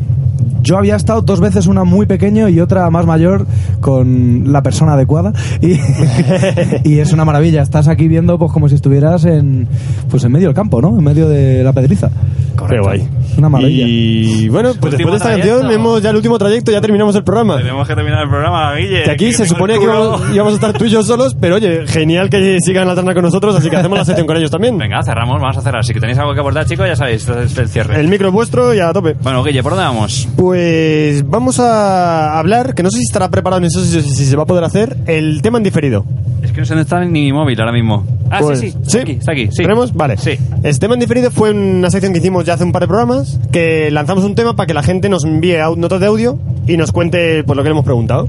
S8: Yo había estado dos veces, una muy pequeño y otra más mayor, con la persona adecuada. Y, y es una maravilla. Estás aquí viendo pues como si estuvieras en pues en medio del campo, ¿no? En medio de la pedriza.
S4: Qué guay.
S8: Una maravilla.
S4: Y bueno, pues
S1: Último
S4: después de esta
S1: trayecto.
S4: canción, hemos ya el último trayecto, ya terminamos el programa.
S1: Tenemos que terminar el programa, Guille.
S4: Que aquí
S1: Que
S4: se
S1: tengo el
S4: suponía que
S1: culo.
S4: íbamos, íbamos a estar tú y yo solos, pero oye, genial que sigan la terna con nosotros, así que hacemos la sesión con ellos también.
S1: Venga, cerramos, vamos a cerrar. Si tenéis algo que abordar, chicos, ya sabéis, este es el cierre.
S4: El micro es vuestro y a tope.
S1: Bueno, Guille, ¿por dónde vamos?
S4: Pues vamos a hablar, que no sé si estará preparado ni eso, si, si se va a poder hacer, el tema en diferido.
S1: Es que no sé dónde está ni mi móvil ahora mismo. Ah,
S4: Pues,
S1: sí, sí. Está aquí, está aquí. Sí.
S4: ¿Tenemos? Vale.
S1: Sí.
S4: El Este tema en diferido fue una sección que hicimos ya hace un par de programas, que lanzamos un tema para que la gente nos envíe au- notas de audio y nos cuente pues, lo que le hemos preguntado.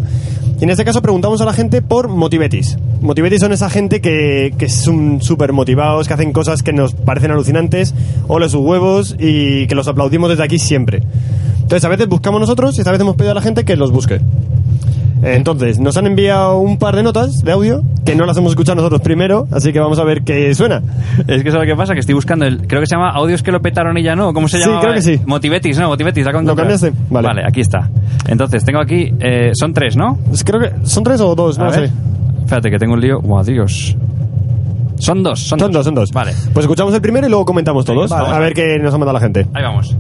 S4: Y en este caso preguntamos a la gente por motivetis. Motivetis son esa gente que, que son súper motivados, que hacen cosas que nos parecen alucinantes, ole sus huevos y que los aplaudimos desde aquí siempre. Entonces a veces buscamos nosotros y esta vez hemos pedido a la gente que los busque. Entonces, nos han enviado un par de notas de audio que no las hemos escuchado nosotros primero, así que vamos a ver qué suena.
S1: Es que sabes qué pasa, que estoy buscando el. Creo que se llama Audios que lo petaron y ya no. ¿Cómo se
S4: Sí,
S1: llama?
S4: creo que sí.
S1: Motivetis, ¿no? Motivetis, la
S4: ¿Lo cambiaste?
S1: Vale. aquí está. Entonces, tengo aquí. eh, son tres, ¿no?
S4: Creo que son tres o dos, no
S1: A
S4: lo sé.
S1: ver. Espérate, que tengo un lío. ¡Guau, Dios! Son dos, son,
S4: dos. Son dos,
S1: Vale.
S4: Pues escuchamos el primero y luego comentamos todos.
S1: Vale.
S4: A ver qué nos ha mandado la gente.
S1: Ahí vamos.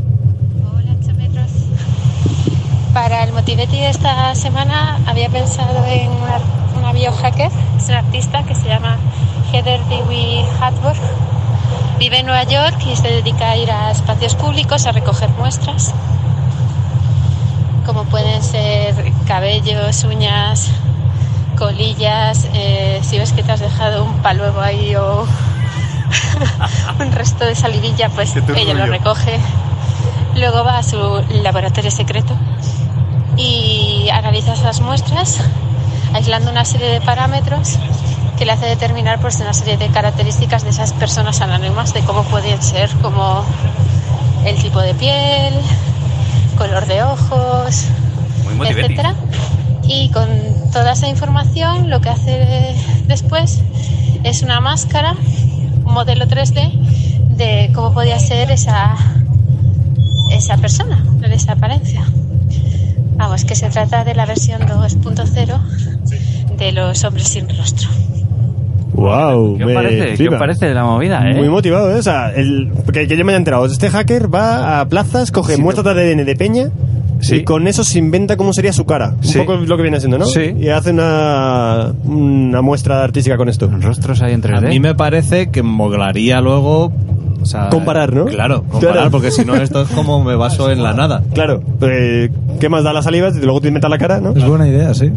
S13: Para el Motivetti de esta semana había pensado en una, una biohacker, es una artista que se llama Heather Dewey Hathworth. Vive en Nueva York y se dedica a ir a espacios públicos a recoger muestras, como pueden ser cabellos, uñas, colillas, eh, si ves que te has dejado un paluego ahí o un resto de salivilla, pues
S14: Qué turbio.
S13: ella lo recoge. Luego va a su laboratorio secreto y analiza esas muestras, aislando una serie de parámetros que le hace determinar pues, una serie de características de esas personas anónimas, de cómo pueden ser, como el tipo de piel, color de ojos,
S1: Muy motivetis.
S13: etcétera. Y con toda esa información lo que hace después es una máscara, un modelo 3D de cómo podía ser esa, esa persona, de esa apariencia. Vamos, que se trata de la versión 2.0 de los hombres sin rostro.
S4: Wow,
S1: ¿Qué os parece? ¿Qué os parece de la movida, eh?
S4: Muy motivado, ¿eh? O sea, el- que, que yo me haya enterado. Este hacker va a plazas, coge muestras de ADN de peña y con eso se inventa cómo sería su cara.
S1: Sí.
S4: Un poco lo que viene siendo, ¿no?
S11: Sí.
S4: Y hace una, una muestra artística con esto.
S1: Rostros ahí en
S11: A mí me parece que molaría luego. o sea,
S4: Comparar, ¿no?
S11: Claro, comparar,
S4: Claro.
S11: porque si no, esto es como me baso en la nada.
S4: Claro, eh, ¿qué más da la saliva? Si Luego te inventas la cara, ¿no?
S8: Es buena idea, sí.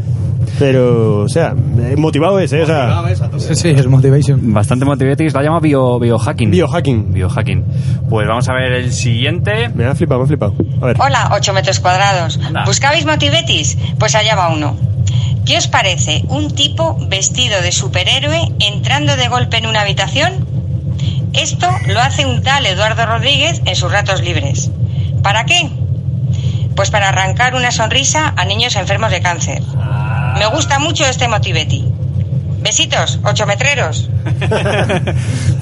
S4: Pero, o sea, eh, motivado es, ¿eh? O sea,
S8: Sí, sí, es motivation.
S1: Bastante motivetis. La llama bio, biohacking.
S4: Biohacking.
S1: Biohacking. Pues vamos a ver el siguiente.
S4: Me ha flipado, me ha flipado. A ver.
S15: Hola, 8 metros cuadrados.
S1: Anda.
S15: ¿Buscabais motivetis? Pues allá va uno. ¿Qué os parece un tipo vestido de superhéroe entrando de golpe en una habitación? Esto lo hace un tal Eduardo Rodríguez en sus ratos libres. ¿Para qué? Pues para arrancar una sonrisa a niños enfermos de cáncer.
S4: Ah.
S15: Me gusta mucho este motiveti. Besitos, ocho metreros.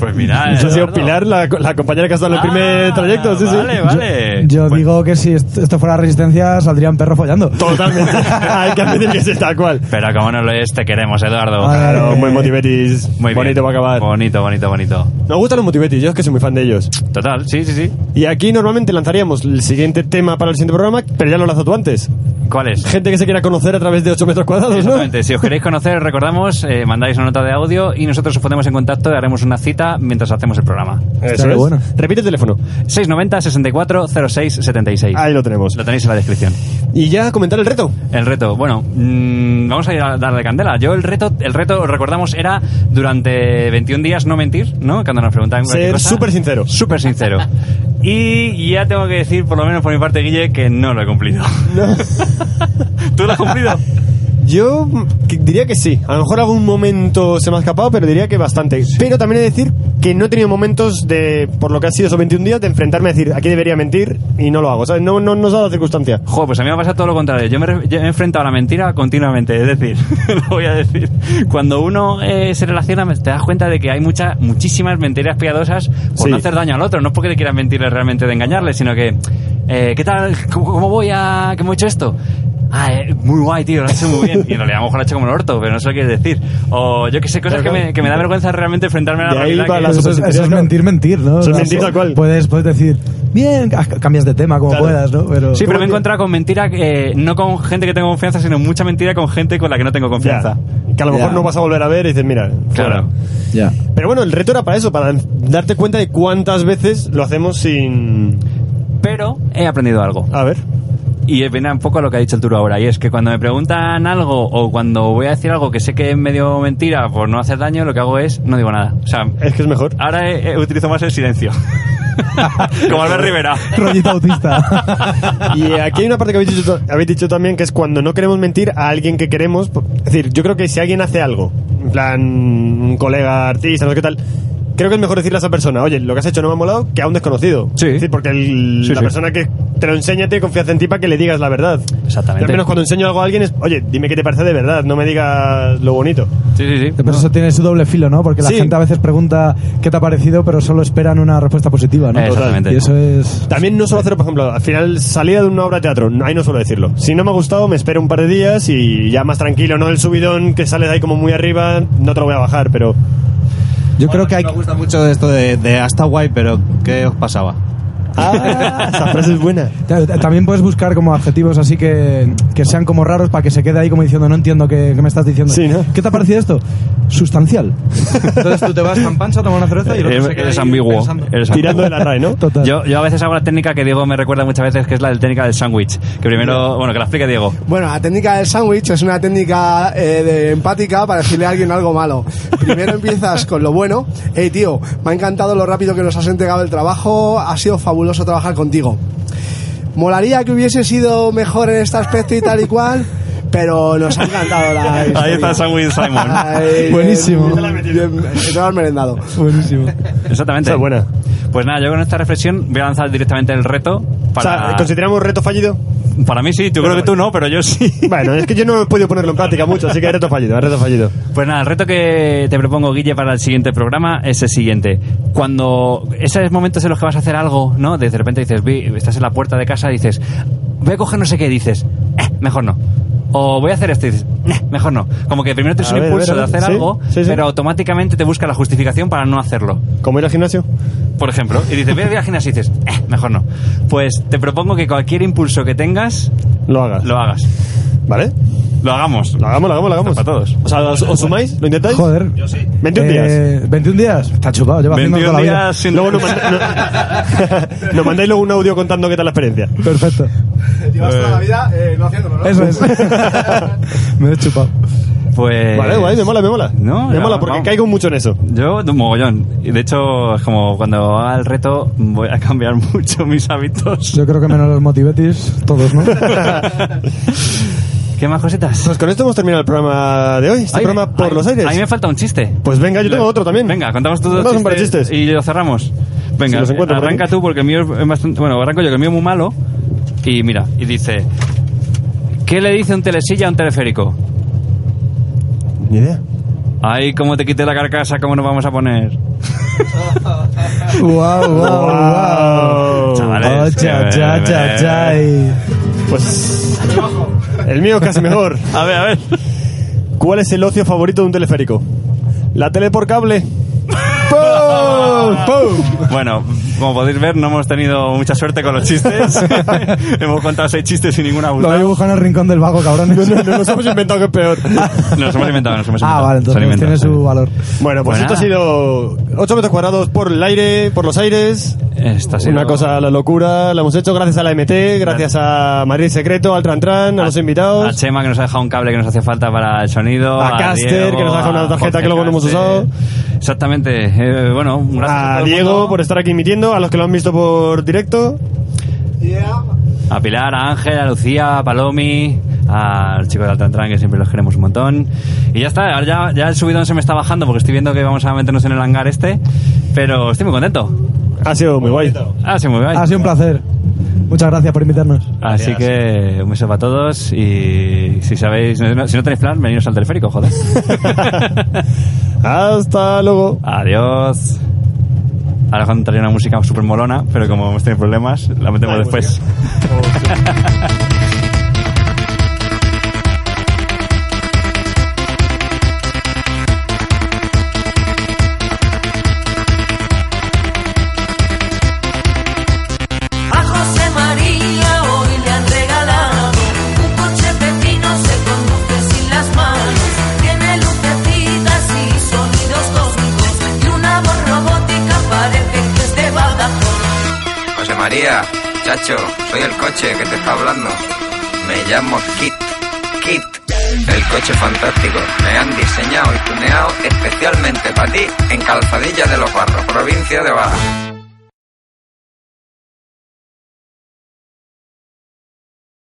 S1: Pues mira.
S4: Esa ha sido
S1: Eduardo. Ah,
S4: Pilar, la, la compañera que ha estado en el primer trayecto, sí, sí.
S1: Vale, vale.
S8: Yo digo que si est- esto fuera resistencia saldrían perros follando.
S4: Totalmente. Hay que admitir que sí, tal cual.
S1: Pero como no lo es, te queremos, Eduardo.
S4: Claro, muy motivetis.
S1: Muy bonito
S4: va a acabar.
S1: Bonito, bonito, bonito.
S4: Nos gustan los motivetis, yo es que soy muy fan de ellos.
S1: Total, sí, sí, sí.
S4: Y aquí normalmente lanzaríamos el siguiente tema para el siguiente programa, pero ya lo lanzas tú antes.
S1: ¿Cuál es?
S4: Gente que se quiera conocer a través de 8 metros cuadrados, ¿no?
S1: Exactamente. Si os queréis conocer, recordamos, eh, mandáis una nota de audio y nosotros os ponemos en contacto y haremos una cita mientras hacemos el programa.
S4: Eso es. bueno. Repite el teléfono.
S1: 690 64 06 76.
S4: Ahí lo tenemos.
S1: Lo tenéis en la descripción.
S4: Y ya comentar el reto.
S1: El reto, bueno, mm, vamos a ir a darle candela. Yo el reto, el reto, recordamos, era durante 21 días no mentir, ¿no? Cuando nos preguntaban cualquier
S4: Ser
S1: cosa.
S4: súper sincero.
S1: Súper sincero. Y ya tengo que decir, por lo menos por mi parte, Guille, que no lo he cumplido. ¿Tú lo has cumplido?
S4: Yo mm, que- diría que sí. A lo mejor algún momento se me ha escapado, pero diría que bastante. Pero también he de decir que no he tenido momentos de, por lo que ha sido esos 21 días, de enfrentarme a decir, aquí debería mentir y no lo hago. ¿sabes? No, no, no se ha dado la circunstancia.
S1: Joder, pues a mí me ha pasado todo lo contrario. Yo me, re- yo me he enfrentado a la mentira continuamente. Es decir, lo voy a decir. Cuando uno eh, se relaciona, me- te das cuenta de que hay muchas, muchísimas mentiras piadosas por
S4: Sí.
S1: no hacer daño al otro. No es porque le quieran mentirle realmente de engañarle, sino que, eh, ¿qué tal? ¿Cómo, cómo voy a.? ¿Cómo he hecho esto? Ah, eh, muy guay, tío, lo he hecho muy bien. Y en realidad a lo mejor lo he hecho como el orto, pero no sé lo que decir. O yo que sé, cosas que me, que me da vergüenza realmente enfrentarme a la realidad. que-
S8: Pero eso, es- eso es mentir, mentir, ¿no?
S1: Eso es
S8: O sea,
S1: mentir tal cual.
S8: Puedes, puedes decir, bien, ah, cambias de tema como
S1: Claro.
S8: puedas, ¿no? Pero,
S1: Sí, pero me he encontrado con mentira, eh, no con gente que tengo confianza, sino mucha mentira con gente con la que no tengo confianza.
S4: Que a lo mejor no vas a volver a ver y dices, mira.
S1: Claro.
S8: Ya.
S4: Pero bueno, el reto era para eso, para darte cuenta de cuántas veces lo hacemos sin.
S1: Pero he aprendido algo.
S4: A ver.
S1: Y eh, viene un poco a lo que ha dicho el Turo ahora, y es que cuando me preguntan algo o cuando voy a decir algo que sé que es medio mentira por no hacer daño, lo que hago es no digo nada. O sea,
S4: es que es mejor.
S1: Ahora eh, eh, utilizo más el silencio. Como Albert Rivera.
S8: Rollito autista.
S4: Y aquí hay una parte que habéis dicho, habéis dicho también que es cuando no queremos mentir a alguien que queremos. Es decir, yo creo que si alguien hace algo, en plan, un colega artista, no sé qué tal, creo que es mejor decirle a esa persona, oye, lo que has hecho no me ha molado, que a un desconocido. Sí. porque el-
S11: Sí,
S4: la
S11: sí.
S4: persona que te lo enseña tiene confianza en ti para que le digas la verdad. Exactamente. Al menos cuando enseño algo a alguien es, oye, dime qué te parece de verdad, no me digas lo bonito.
S1: Sí, sí, sí.
S8: Pero eso tiene su doble filo, ¿no? Porque la
S4: Sí.
S8: gente a veces pregunta qué te ha parecido, pero solo esperan una respuesta positiva, ¿no?
S4: Exactamente.
S8: Y eso es...
S4: También no suelo hacerlo, por ejemplo, al final salida de una obra de teatro, no- ahí no suelo decirlo. Si no me ha gustado, me espero un par de días y ya más tranquilo, ¿no? El subidón que sale de ahí como muy arriba, no te lo voy a bajar, pero...
S8: Yo creo que hay...
S11: Me gusta mucho esto de, de hasta guay, pero ¿qué os pasaba?
S4: esa frase es buena.
S8: Claro, t- También puedes buscar como adjetivos así que, que sean como raros para que se quede ahí como diciendo, no entiendo qué, qué me estás diciendo. ¿Qué te ha parecido esto? Sustancial. Entonces tú te vas tan pancha a tomar una cerveza y el otro se
S1: Eres,
S8: queda
S1: eres
S8: ahí
S1: ambiguo.
S8: pensando.
S1: Eres
S4: Tirando de la RAE, ¿no? Total.
S1: Yo, yo a veces hago la técnica que Diego me recuerda muchas veces, que es la del técnica del sándwich. Que primero, bueno, que la explique Diego.
S2: Bueno, la técnica del sándwich es una técnica eh, de empática para decirle a alguien algo malo. Primero empiezas con lo bueno. Hey, tío, me ha encantado lo rápido que nos has entregado el trabajo. Ha sido fabuloso trabajar contigo. Molaría que hubiese sido mejor en este aspecto y tal y cual, pero nos ha encantado la.
S1: Ahí está el sándwich Simon.
S2: Buenísimo. Te lo has merendado.
S8: Buenísimo.
S1: Exactamente. Pues nada, yo con esta reflexión voy a lanzar directamente el reto. Para...
S4: O sea, ¿consideramos reto fallido?
S1: Para mí sí, yo creo que tú no, pero yo sí.
S4: Bueno, es que yo no he podido ponerlo en práctica mucho, así que reto fallido, hay reto fallido.
S1: Pues nada, el reto que te propongo, Guille, para el siguiente programa es el siguiente. Cuando esos momentos en los que vas a hacer algo, ¿no? De repente dices, "Vi- estás en la puerta de casa, dices, voy a coger no sé qué, dices, "Eh, mejor no. O voy a hacer esto y dices, "Eh, mejor no. Como que primero tienes
S4: A
S1: un
S4: ver, a
S1: impulso
S4: ver, a ver.
S1: de hacer
S4: Sí,
S1: algo,
S4: sí, sí.
S1: pero automáticamente te busca la justificación para no hacerlo.
S4: ¿Como ir al gimnasio?
S1: Por ejemplo, y dices, voy a ir al gimnasio y dices, "Eh, mejor no. Pues te propongo que cualquier impulso que tengas,
S4: Lo hagas.
S1: lo hagas.
S4: ¿Vale?
S1: Lo hagamos.
S4: Lo hagamos, lo hagamos, lo hagamos.
S1: Para todos.
S4: O sea, ¿os, os sumáis? ¿Lo intentáis?
S8: Joder.
S4: Yo sí. 21 días.
S8: Eh, 21 días. Está chupado, lleva haciendo
S4: 21
S8: toda la vida.
S4: días sin... Luego nos, manda- no- nos mandáis luego un audio contando qué tal la experiencia.
S8: Perfecto.
S2: Llevas toda la vida eh, no haciéndolo, ¿no?
S8: Eso es. me he chupado.
S1: Pues...
S4: Vale, guay, me mola, me mola.
S1: No,
S4: me
S1: ya,
S4: mola porque
S1: vamos.
S4: caigo mucho en eso.
S1: Yo, de un mogollón. Y de hecho, es como cuando haga el reto, voy a cambiar mucho mis hábitos.
S8: Yo creo que menos los motivetis, todos, ¿no?
S1: ¿Qué más cositas?
S4: Pues con esto hemos terminado el programa de hoy. Este
S1: Ay,
S4: programa
S1: me-
S4: por
S1: ay,
S4: los aires.
S1: A mí me falta un chiste.
S4: Pues venga, yo tengo otro también.
S1: Venga, contamos todos
S4: Contamos un par de chistes.
S1: y lo cerramos.
S4: Si
S1: Venga,
S4: los encuentro por
S1: arranca tú porque el mío es bastante... Bueno, arranco yo, que el mío es muy malo. Y mira, y dice... ¿Qué le dice un telesilla a un teleférico?
S4: Ni idea.
S1: Ay, cómo te quité la carcasa, cómo nos vamos a poner.
S8: ¡Guau, guau, guau!
S1: Chavales, eh,
S8: Oh, cha, cha, cha, cha.
S4: Pues. El mío es casi mejor.
S1: A ver, a ver.
S4: ¿Cuál es el ocio favorito de un teleférico? La tele por cable. ¡Pum! ¡Pum!
S1: Bueno, como podéis ver, no hemos tenido mucha suerte con los chistes. hemos contado seis chistes sin ninguna
S8: Lo habéis
S1: gustada.
S8: buscado en el rincón del vago, cabrones.
S4: nos hemos inventado que es peor.
S1: Nos hemos inventado, nos hemos inventado.
S8: Ah, vale,
S1: Se
S8: entonces
S1: han inventado.
S8: tiene su valor.
S4: Bueno, pues,
S1: Pues
S4: esto
S1: nada.
S4: ha sido 8 metros cuadrados por el aire, por los aires.
S1: Esto ha sido-
S4: Una cosa, la locura, la hemos hecho gracias a la MT, gracias a Madrid Secreto, al Tran Tran, a los
S1: Ah, A
S4: invitados,
S1: Chema que nos ha dejado un cable que nos hace falta para el sonido.
S4: A Caster, que nos ha dejado una
S1: a
S4: tarjeta
S1: Jorge
S4: que luego no hemos
S1: Caster.
S4: usado.
S1: Exactamente. Eh, bueno, un gracias a,
S4: a
S1: todo el
S4: Diego
S1: mundo.
S4: por estar aquí emitiendo, a los que lo han visto por directo.
S1: A Pilar, a Ángel, a Lucía, a Palomi, al chico de Altantrán que siempre los queremos un montón. Y ya está, ahora ya, ya el subidón se me está bajando porque estoy viendo que vamos a meternos en el hangar este. Pero estoy muy contento.
S4: Ha sido muy guay.
S1: Ah, sí, muy bien.
S8: Ha sido un placer. Muchas gracias por invitarnos.
S1: Así que un beso para todos y si sabéis, si no tenéis plan, veniros al teleférico, joder.
S4: Hasta luego.
S1: Adiós. Ahora contaré una música súper molona, pero como hemos tenido problemas, la metemos después.
S9: A José María hoy le han regalado un coche pepino, se conduce sin las manos, tiene lucecitas y sonidos cósmicos y una voz robótica parece que es de Badajoz.
S14: José María, chacho, soy el coche que te está hablando. Me llamo Kit, Kit. El coche fantástico me han diseñado y tuneado especialmente para ti en Calzadilla de los Barros, provincia de Baja.